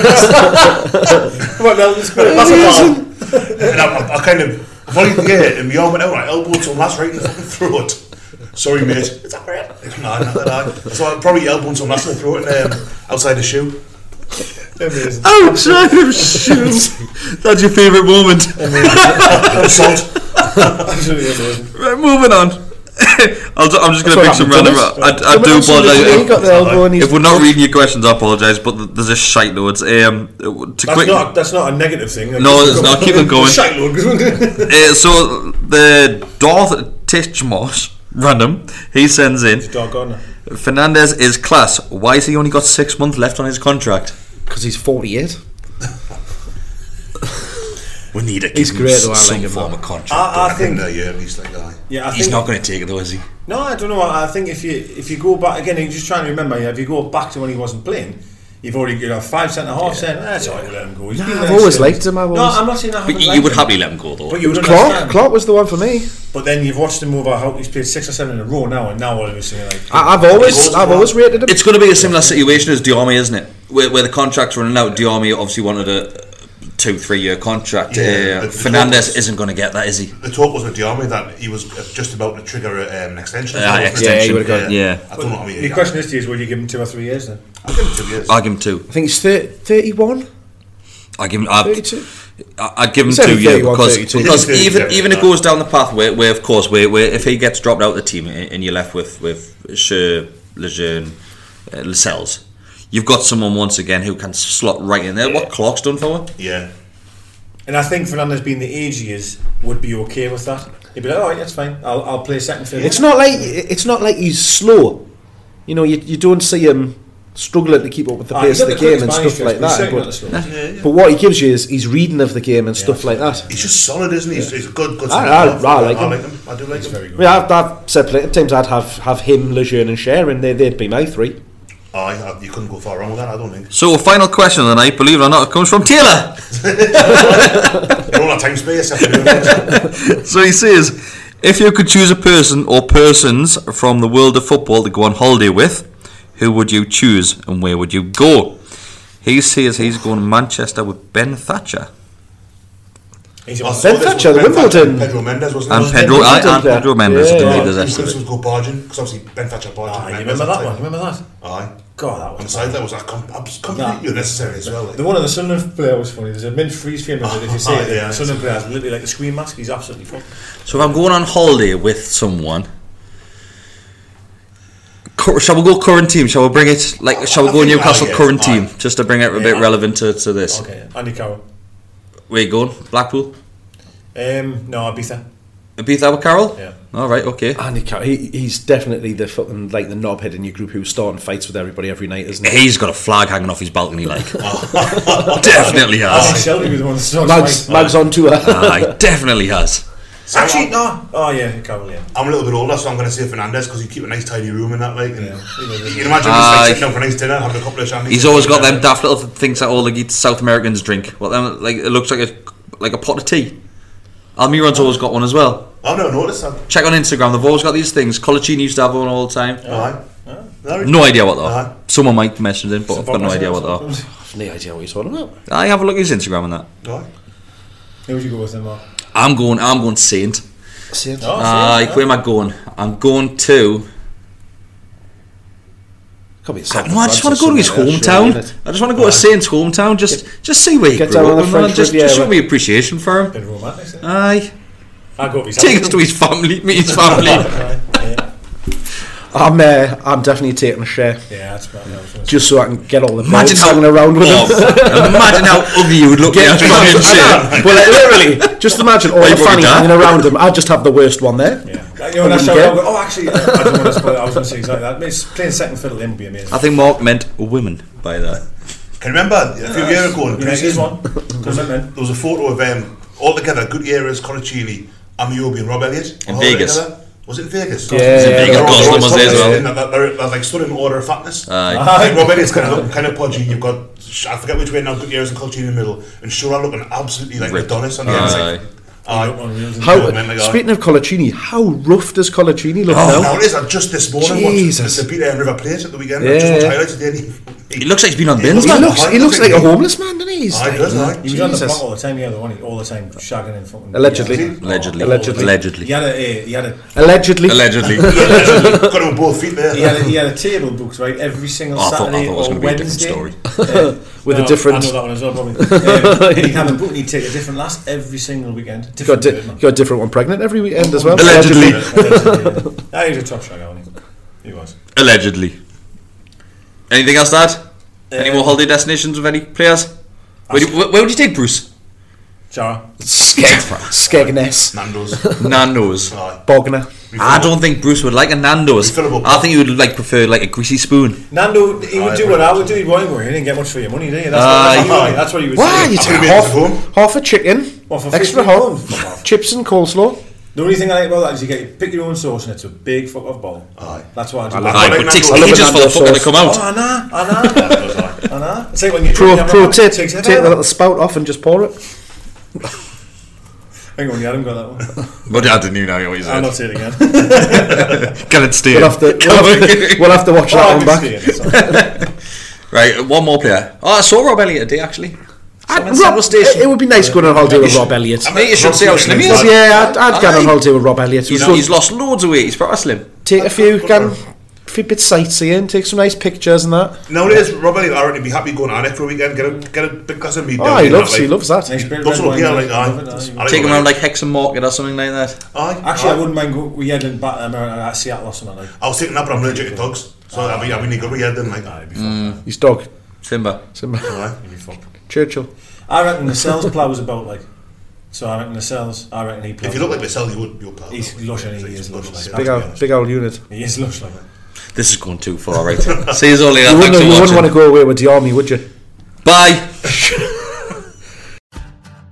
Speaker 6: Well, no, it's good.
Speaker 3: That's a bomb. And I, I, I kind of volleyed the air and my arm went out and I elbowed someone last right in the fucking throat. Sorry, mate. Is that right? No, no, no. no. So I probably elbowed someone last in the throat and, um, outside the shoe.
Speaker 6: Amazing.
Speaker 5: Oh, shoot. That's your favourite moment.
Speaker 3: Assault.
Speaker 6: Absolutely amazing.
Speaker 5: Right, moving on. I'll ju- I'm just going to
Speaker 8: what
Speaker 5: pick some random.
Speaker 8: happened to
Speaker 5: I, I
Speaker 8: Someone
Speaker 5: do
Speaker 8: else in the league got
Speaker 5: apologise.
Speaker 8: the elbow and he's-
Speaker 5: If we're not reading your questions, I apologise, but th- there's a shite loads. Um, to
Speaker 6: That's
Speaker 5: quick,
Speaker 6: not that's not a negative thing.
Speaker 5: No, it's not. Keep it going.
Speaker 6: Shite load.
Speaker 5: Uh, so the Darth Titchmarsh, random, he sends in.
Speaker 6: Dog on.
Speaker 5: Fernandez is class. Why has he only got six months left on his contract?
Speaker 8: Because he's 48.
Speaker 5: We need a
Speaker 8: He's
Speaker 5: give him
Speaker 8: great
Speaker 5: s-
Speaker 8: though, I like
Speaker 5: some
Speaker 8: him,
Speaker 5: form
Speaker 8: man.
Speaker 5: of contract.
Speaker 6: I, I think.
Speaker 3: And uh, yeah, at least like that.
Speaker 6: Yeah, I
Speaker 5: He's
Speaker 6: think,
Speaker 5: not going to take it though, is he?
Speaker 6: No, I don't know. I think if you if you go back again, you're just trying to remember. Yeah, if you go back to when he wasn't playing, you've already got a five centre half centre. That's all right, let him go. He's been
Speaker 8: I've
Speaker 6: there
Speaker 8: always
Speaker 6: since.
Speaker 8: liked him, I've
Speaker 6: no,
Speaker 8: always-
Speaker 6: I'm not saying I haven't
Speaker 5: But you,
Speaker 6: liked
Speaker 5: you would
Speaker 6: him.
Speaker 5: happily let him go though.
Speaker 6: But you would
Speaker 8: Clark,
Speaker 6: understand.
Speaker 8: Clark was the one for me.
Speaker 6: But then you've watched him over how he's played six or seven in a row now, and now all of a sudden you're like
Speaker 8: I, I've always, I've always rated him.
Speaker 5: It's going to be a similar situation as Diarmi, isn't it? Where, where the contract's running out. Diarmi obviously wanted a two, three year contract.
Speaker 3: Yeah,
Speaker 5: uh,
Speaker 3: but the
Speaker 5: Fernandez
Speaker 3: talk-
Speaker 5: isn't going to get that, is he?
Speaker 3: The talk was with Diarmi that he was uh, just about to trigger a, um, an extension.
Speaker 5: Ah,
Speaker 3: Wasn't it?
Speaker 5: extension. Yeah, he would've got- yeah.
Speaker 3: I don't know what I mean.
Speaker 6: The question is to you is, will you give him two or three years then?
Speaker 3: I'll give him two years.
Speaker 5: I give him two.
Speaker 8: I think he's thir 31,
Speaker 5: I give him. I,
Speaker 8: 32.
Speaker 5: I- I'd give him
Speaker 8: He's
Speaker 5: two
Speaker 8: only
Speaker 5: years
Speaker 8: 31,
Speaker 5: because,
Speaker 8: 32.
Speaker 5: because
Speaker 3: He's
Speaker 5: even
Speaker 3: 32,
Speaker 5: even it
Speaker 3: yeah.
Speaker 5: goes down the path where, where of course where, where if he gets dropped out of the team and and you're left with with Sher, Lejeune, uh, Lascelles, you've got someone once again who can slot right in there. What Clark's done for him?
Speaker 3: Yeah.
Speaker 6: And I think Fernandez being the age he is would be okay with that. He'd be like, all right, that's fine. I'll, I'll play second fiddle.
Speaker 8: It's not like it's not like he's slow. You know, you, you don't see him struggling to keep up with the
Speaker 6: Ah,
Speaker 8: pace
Speaker 6: he's
Speaker 8: of
Speaker 6: got
Speaker 8: the game
Speaker 6: the quick
Speaker 8: and
Speaker 6: Spanish
Speaker 8: stuff like
Speaker 6: guys, but he's
Speaker 8: that.
Speaker 6: certainly
Speaker 8: But,
Speaker 6: not the
Speaker 8: but what he gives you is he's reading of the game and stuff like that.
Speaker 3: He's just solid, isn't he? He's, he's a good, good.
Speaker 8: I- I- I like
Speaker 3: I
Speaker 8: him.
Speaker 3: like him. I do like him. Very
Speaker 8: I mean, I've, I've said plenty of times I'd have, have him, Lejeune and Sharon. They, they'd be my three.
Speaker 3: I, I, you couldn't go far wrong with that. I don't think.
Speaker 5: So a final question of the night, believe it or not, it comes from Taylor.
Speaker 3: They're all our time space. After doing that.
Speaker 5: So he says, if you could choose a person or persons from the world of football to go on holiday with, who would you choose and where would you go? He says he's going to Manchester with Ben Thatcher.
Speaker 3: He's
Speaker 8: Oh, Ben Thatcher, the Wimbledon.
Speaker 3: Pedro Mendes wasn't
Speaker 5: And
Speaker 3: it?
Speaker 5: Pedro-
Speaker 3: Wasn't
Speaker 5: I-
Speaker 3: it?
Speaker 5: and Pedro Mendes did
Speaker 3: Yeah.
Speaker 5: lead us
Speaker 3: Yeah.
Speaker 5: yesterday.
Speaker 3: This was good barging, 'cause obviously Ben Thatcher barged.
Speaker 6: Aye, Ah,
Speaker 3: with
Speaker 6: you
Speaker 3: Mendes
Speaker 6: remember that
Speaker 3: time.
Speaker 6: one? You remember that?
Speaker 3: Aye.
Speaker 6: God, that was.
Speaker 3: On the side, that was that com- that was completely unnecessary as well. like.
Speaker 6: The one on the Sunderland player was funny. There's a mint freeze frame of it. If you see it,
Speaker 3: Yeah.
Speaker 6: the Sunderland player has literally like Oh, a screen mask. He's absolutely fucked.
Speaker 5: So if I'm going on holiday with someone, cur- shall we go current team? Shall we bring it like? Shall we
Speaker 6: I
Speaker 5: go
Speaker 6: think-
Speaker 5: Newcastle
Speaker 6: ah, yes,
Speaker 5: current
Speaker 6: aye.
Speaker 5: team just to bring it a bit
Speaker 6: Yeah.
Speaker 5: relevant to, to this?
Speaker 6: Okay, Andy Carroll.
Speaker 5: Where you going? Blackpool.
Speaker 6: Um, no, Ibiza.
Speaker 5: Ibiza with Carroll.
Speaker 6: Yeah.
Speaker 5: All right. Okay.
Speaker 8: And he, can't- he, he's definitely the fucking like the knobhead in your group who's starting fights with everybody every night, isn't he?
Speaker 5: He's got a flag hanging off his balcony, like
Speaker 6: Oh,
Speaker 5: definitely
Speaker 6: Andy
Speaker 5: has.
Speaker 6: Shelby was the one that started
Speaker 8: Mags,
Speaker 6: fighting.
Speaker 8: Mags on tour.
Speaker 6: Oh.
Speaker 5: Aye, definitely has.
Speaker 3: Actually,
Speaker 6: no. Oh yeah, Carroll. Yeah.
Speaker 3: I'm a little bit older, so I'm going to say Fernandez because you keep a nice tidy room and that, like. And You can imagine just
Speaker 5: Aye.
Speaker 3: like, sitting down for a nice dinner, having a couple of shandies.
Speaker 5: He's always got them daft little things that all the South Americans drink. Well, them, like it looks like a like a pot of tea. Almiron's always got one as well.
Speaker 3: I've never noticed that.
Speaker 5: Check on Instagram. They've always got these things. Colaccini used to have one all the time.
Speaker 3: Aye.
Speaker 5: No idea what they are.
Speaker 8: Uh-huh.
Speaker 3: Aye.
Speaker 5: Someone might message in, but I've got no
Speaker 6: Bob
Speaker 5: idea what
Speaker 6: Myself
Speaker 5: they are.
Speaker 6: sometimes.
Speaker 8: I've no idea what he's on about.
Speaker 5: I have a look at his Instagram and that.
Speaker 3: Aye.
Speaker 6: Who would you go with then, Mark?
Speaker 5: I'm going. I'm going Saint.
Speaker 8: Saint.
Speaker 6: Oh,
Speaker 5: Aye,
Speaker 6: Saint,
Speaker 5: where am I going? I'm going to.
Speaker 8: Can't be the
Speaker 5: No, I just want to go to his hometown. I just want to go
Speaker 8: Aye.
Speaker 5: to Saint's hometown. Just, just see where he
Speaker 8: Get
Speaker 5: grew
Speaker 8: down on
Speaker 5: up.
Speaker 8: the uh,
Speaker 5: and,
Speaker 8: French
Speaker 5: man, just, just show
Speaker 8: Riviera.
Speaker 5: me appreciation for him.
Speaker 6: Bit romantic. isn't it?
Speaker 5: Aye,
Speaker 6: I go with
Speaker 5: take us to his family. Meet his family.
Speaker 8: I'm, uh, I'm definitely taking a share
Speaker 6: Yeah, that's about it.
Speaker 8: just so I can get all the
Speaker 5: Imagine
Speaker 8: birds
Speaker 5: how-
Speaker 8: hanging around with
Speaker 5: Oh,
Speaker 8: him.
Speaker 5: imagine how ugly you would look.
Speaker 8: Get
Speaker 5: there.
Speaker 8: drunk.
Speaker 5: Fucking Saint.
Speaker 8: I know. well, like, literally, just imagine all
Speaker 5: Hey,
Speaker 8: the
Speaker 5: Bobby
Speaker 8: fannies
Speaker 5: Dan.
Speaker 8: hanging around him. I'd just have the worst one there.
Speaker 6: Like, you know, when I
Speaker 8: Wouldn't
Speaker 6: shout
Speaker 8: get-
Speaker 6: out, oh, actually, I don't want to spoil it. I was going to say exactly that. It's playing second fiddle in would be amazing.
Speaker 5: I think Mark meant women by that.
Speaker 3: Can you remember a few years ago in
Speaker 6: You know, here's
Speaker 3: pre-season,
Speaker 6: one. Does it, man?
Speaker 3: there was a photo of um, all together, Gutierrez, Corricini, Amiobi and Rob Elliott.
Speaker 5: In
Speaker 3: all together.
Speaker 5: Vegas.
Speaker 3: Was it in Vegas?
Speaker 8: Yeah, It was in yeah, Vegas.
Speaker 3: They're all-
Speaker 5: Gosling
Speaker 3: they're all
Speaker 5: was there as
Speaker 3: topless,
Speaker 5: well.
Speaker 3: isn't it? They're, they're, they're like stood in order of fatness.
Speaker 5: Aye.
Speaker 3: Like Rob Elliott's kind of, kind of podgy. You've got, I forget which way now, Gutierrez and Corricini in the middle. And Shura looking absolutely like
Speaker 5: Ripped.
Speaker 3: Adonis on the outside. Aye.
Speaker 8: How,
Speaker 3: Yeah, man, like,
Speaker 8: speaking of Colaccini, how rough does Colaccini look now?
Speaker 3: Oh, now it is. I just this morning
Speaker 8: Jesus.
Speaker 3: watched the beat um, River Plate at the weekend.
Speaker 8: Yeah.
Speaker 3: I just watched highlights today. and He,
Speaker 5: He looks like he's been on
Speaker 3: He
Speaker 5: bins.
Speaker 8: He
Speaker 3: like-
Speaker 8: looks, he looks like a homeless man, doesn't he? He's
Speaker 3: Aye,
Speaker 8: like,
Speaker 3: does, aye.
Speaker 6: He was on the
Speaker 8: Jesus.
Speaker 6: block all the time, yeah, the one all the time shagging and fucking.
Speaker 8: Allegedly.
Speaker 6: Yeah.
Speaker 5: Allegedly.
Speaker 8: Allegedly.
Speaker 5: Allegedly.
Speaker 6: He had a, uh, he had a,
Speaker 8: Allegedly.
Speaker 5: Allegedly.
Speaker 3: Got him on both feet there.
Speaker 6: he had a, he had a table booked right every single
Speaker 5: Oh, I thought-
Speaker 6: Saturday
Speaker 5: I thought it was
Speaker 6: or
Speaker 5: gonna be a different
Speaker 6: Wednesday.
Speaker 5: story.
Speaker 6: Uh,
Speaker 8: With a
Speaker 6: no, I
Speaker 8: different-
Speaker 6: know that one as well, probably. Um, he'd have them booked and he'd take a different last every single weekend.
Speaker 8: Got,
Speaker 6: Different
Speaker 8: di- got a different one pregnant every weekend as well.
Speaker 5: Allegedly.
Speaker 6: Allegedly. Ah, he was a top shagger, wasn't he? He was.
Speaker 5: Allegedly. Anything else, Dad?
Speaker 6: Eh,
Speaker 5: any
Speaker 8: Uh,
Speaker 5: more holiday destinations with any players? Where, do, where, where would you take Bruce?
Speaker 6: Chara.
Speaker 8: Skeg, Skegness.
Speaker 3: Nando's.
Speaker 5: Nando's.
Speaker 8: Oh,
Speaker 3: Aye.
Speaker 8: Bogner.
Speaker 5: I don't think Bruce would like a Nando's.
Speaker 3: Refillable.
Speaker 5: I think he would like prefer like a greasy spoon.
Speaker 6: Nando, he would
Speaker 3: Aye,
Speaker 6: do
Speaker 3: right.
Speaker 6: what I would do. He'd want him where he didn't get much for your money, did he? That's,
Speaker 5: Aye.
Speaker 6: what, that's, what, he- that's what he would
Speaker 8: Why?
Speaker 6: say.
Speaker 8: You
Speaker 3: Happy
Speaker 8: take
Speaker 3: days
Speaker 8: half,
Speaker 3: at home.
Speaker 8: half a Oh, chicken,
Speaker 6: What, for
Speaker 8: extra
Speaker 6: 15
Speaker 8: hot,
Speaker 6: pounds?
Speaker 8: chips and coleslaw.
Speaker 6: The only thing I like about that is you get you pick your own sauce and it's a big fuck of bowl. Aye. That's why I do.
Speaker 3: love
Speaker 6: that.
Speaker 3: it.
Speaker 5: Aye, but it takes
Speaker 3: I love a
Speaker 5: ages for the
Speaker 8: Nando's
Speaker 5: fucking to
Speaker 8: sauce.
Speaker 5: come
Speaker 6: Oh,
Speaker 5: out.
Speaker 6: I know, I know, I know. It's like when you
Speaker 8: Pro,
Speaker 6: yeah,
Speaker 8: pro
Speaker 6: remember,
Speaker 8: tip,
Speaker 6: it
Speaker 8: take the
Speaker 6: takes forever.
Speaker 8: little spout off and just pour it.
Speaker 6: Hang on, you hadn't got that one.
Speaker 8: Oh.
Speaker 5: But I didn't even know what he
Speaker 6: I'll not
Speaker 5: said.
Speaker 6: say it again.
Speaker 5: Can it stay?
Speaker 8: We'll
Speaker 5: in?
Speaker 8: have to,
Speaker 5: Can
Speaker 8: we'll have
Speaker 5: we-
Speaker 8: to, we'll have to watch
Speaker 6: Oh, I
Speaker 8: that
Speaker 6: can
Speaker 8: one back.
Speaker 6: see it, sorry.
Speaker 5: Right, one more player. Oh, I saw Rob Elliott today actually.
Speaker 8: I-
Speaker 5: Someone said
Speaker 8: Ah, Rob,
Speaker 5: was
Speaker 8: it,
Speaker 5: station.
Speaker 8: it would be nice going on holiday with Rob Elliott.
Speaker 5: Mate, you should see how slim he is.
Speaker 3: He's-
Speaker 8: Yeah, I'd, I'd go
Speaker 5: Aye.
Speaker 8: on holiday with Rob Elliott.
Speaker 5: He's,
Speaker 8: Go-
Speaker 5: he's lost loads of weight. He's proper slim.
Speaker 8: take a few, can, a few bits sightseeing, take some nice pictures and that.
Speaker 3: Nowadays, Rob Elliott already be happy going on it for a weekend. Get a get a big glass of meat.
Speaker 8: Oh,
Speaker 3: down
Speaker 8: he
Speaker 3: there,
Speaker 8: loves,
Speaker 3: like-
Speaker 8: he loves
Speaker 6: Nice
Speaker 8: that.
Speaker 6: bit of
Speaker 3: That's
Speaker 6: red
Speaker 3: what-
Speaker 6: wine,
Speaker 3: yeah,
Speaker 6: I
Speaker 3: like,
Speaker 6: love it,
Speaker 3: aye.
Speaker 6: I love it.
Speaker 3: I
Speaker 5: Take him around
Speaker 3: Rob Elliott.
Speaker 5: like Hexham Market or something like that.
Speaker 3: Aye.
Speaker 6: Actually,
Speaker 3: aye.
Speaker 6: I wouldn't mind go, we had him back to America, like Seattle or something like
Speaker 3: I was thinking that, but I'm allergic to dogs, so I'll be I'll be good again. Then like,
Speaker 6: that. It'd be fun.
Speaker 8: His dog.
Speaker 5: Simba.
Speaker 3: aye.
Speaker 6: It'd be fun.
Speaker 8: Churchill.
Speaker 6: I reckon the sales plough was about like. So I reckon the sales. I reckon he.
Speaker 3: if you look like Vassell, you would you'll pal.
Speaker 6: He's lush and he is lush.
Speaker 3: Like,
Speaker 8: Big
Speaker 3: that,
Speaker 8: old, big old unit.
Speaker 6: he is lush like that.
Speaker 5: This is going too far, right? See you all later.
Speaker 8: You
Speaker 5: Thanks
Speaker 8: wouldn't,
Speaker 5: for
Speaker 8: you wouldn't
Speaker 5: watching.
Speaker 8: want to go away with the army, would you?
Speaker 5: Bye.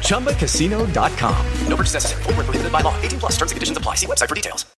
Speaker 8: ChumbaCasino.com. No purchase necessary, forward prohibited by law, 18 plus terms and conditions apply. See website for details.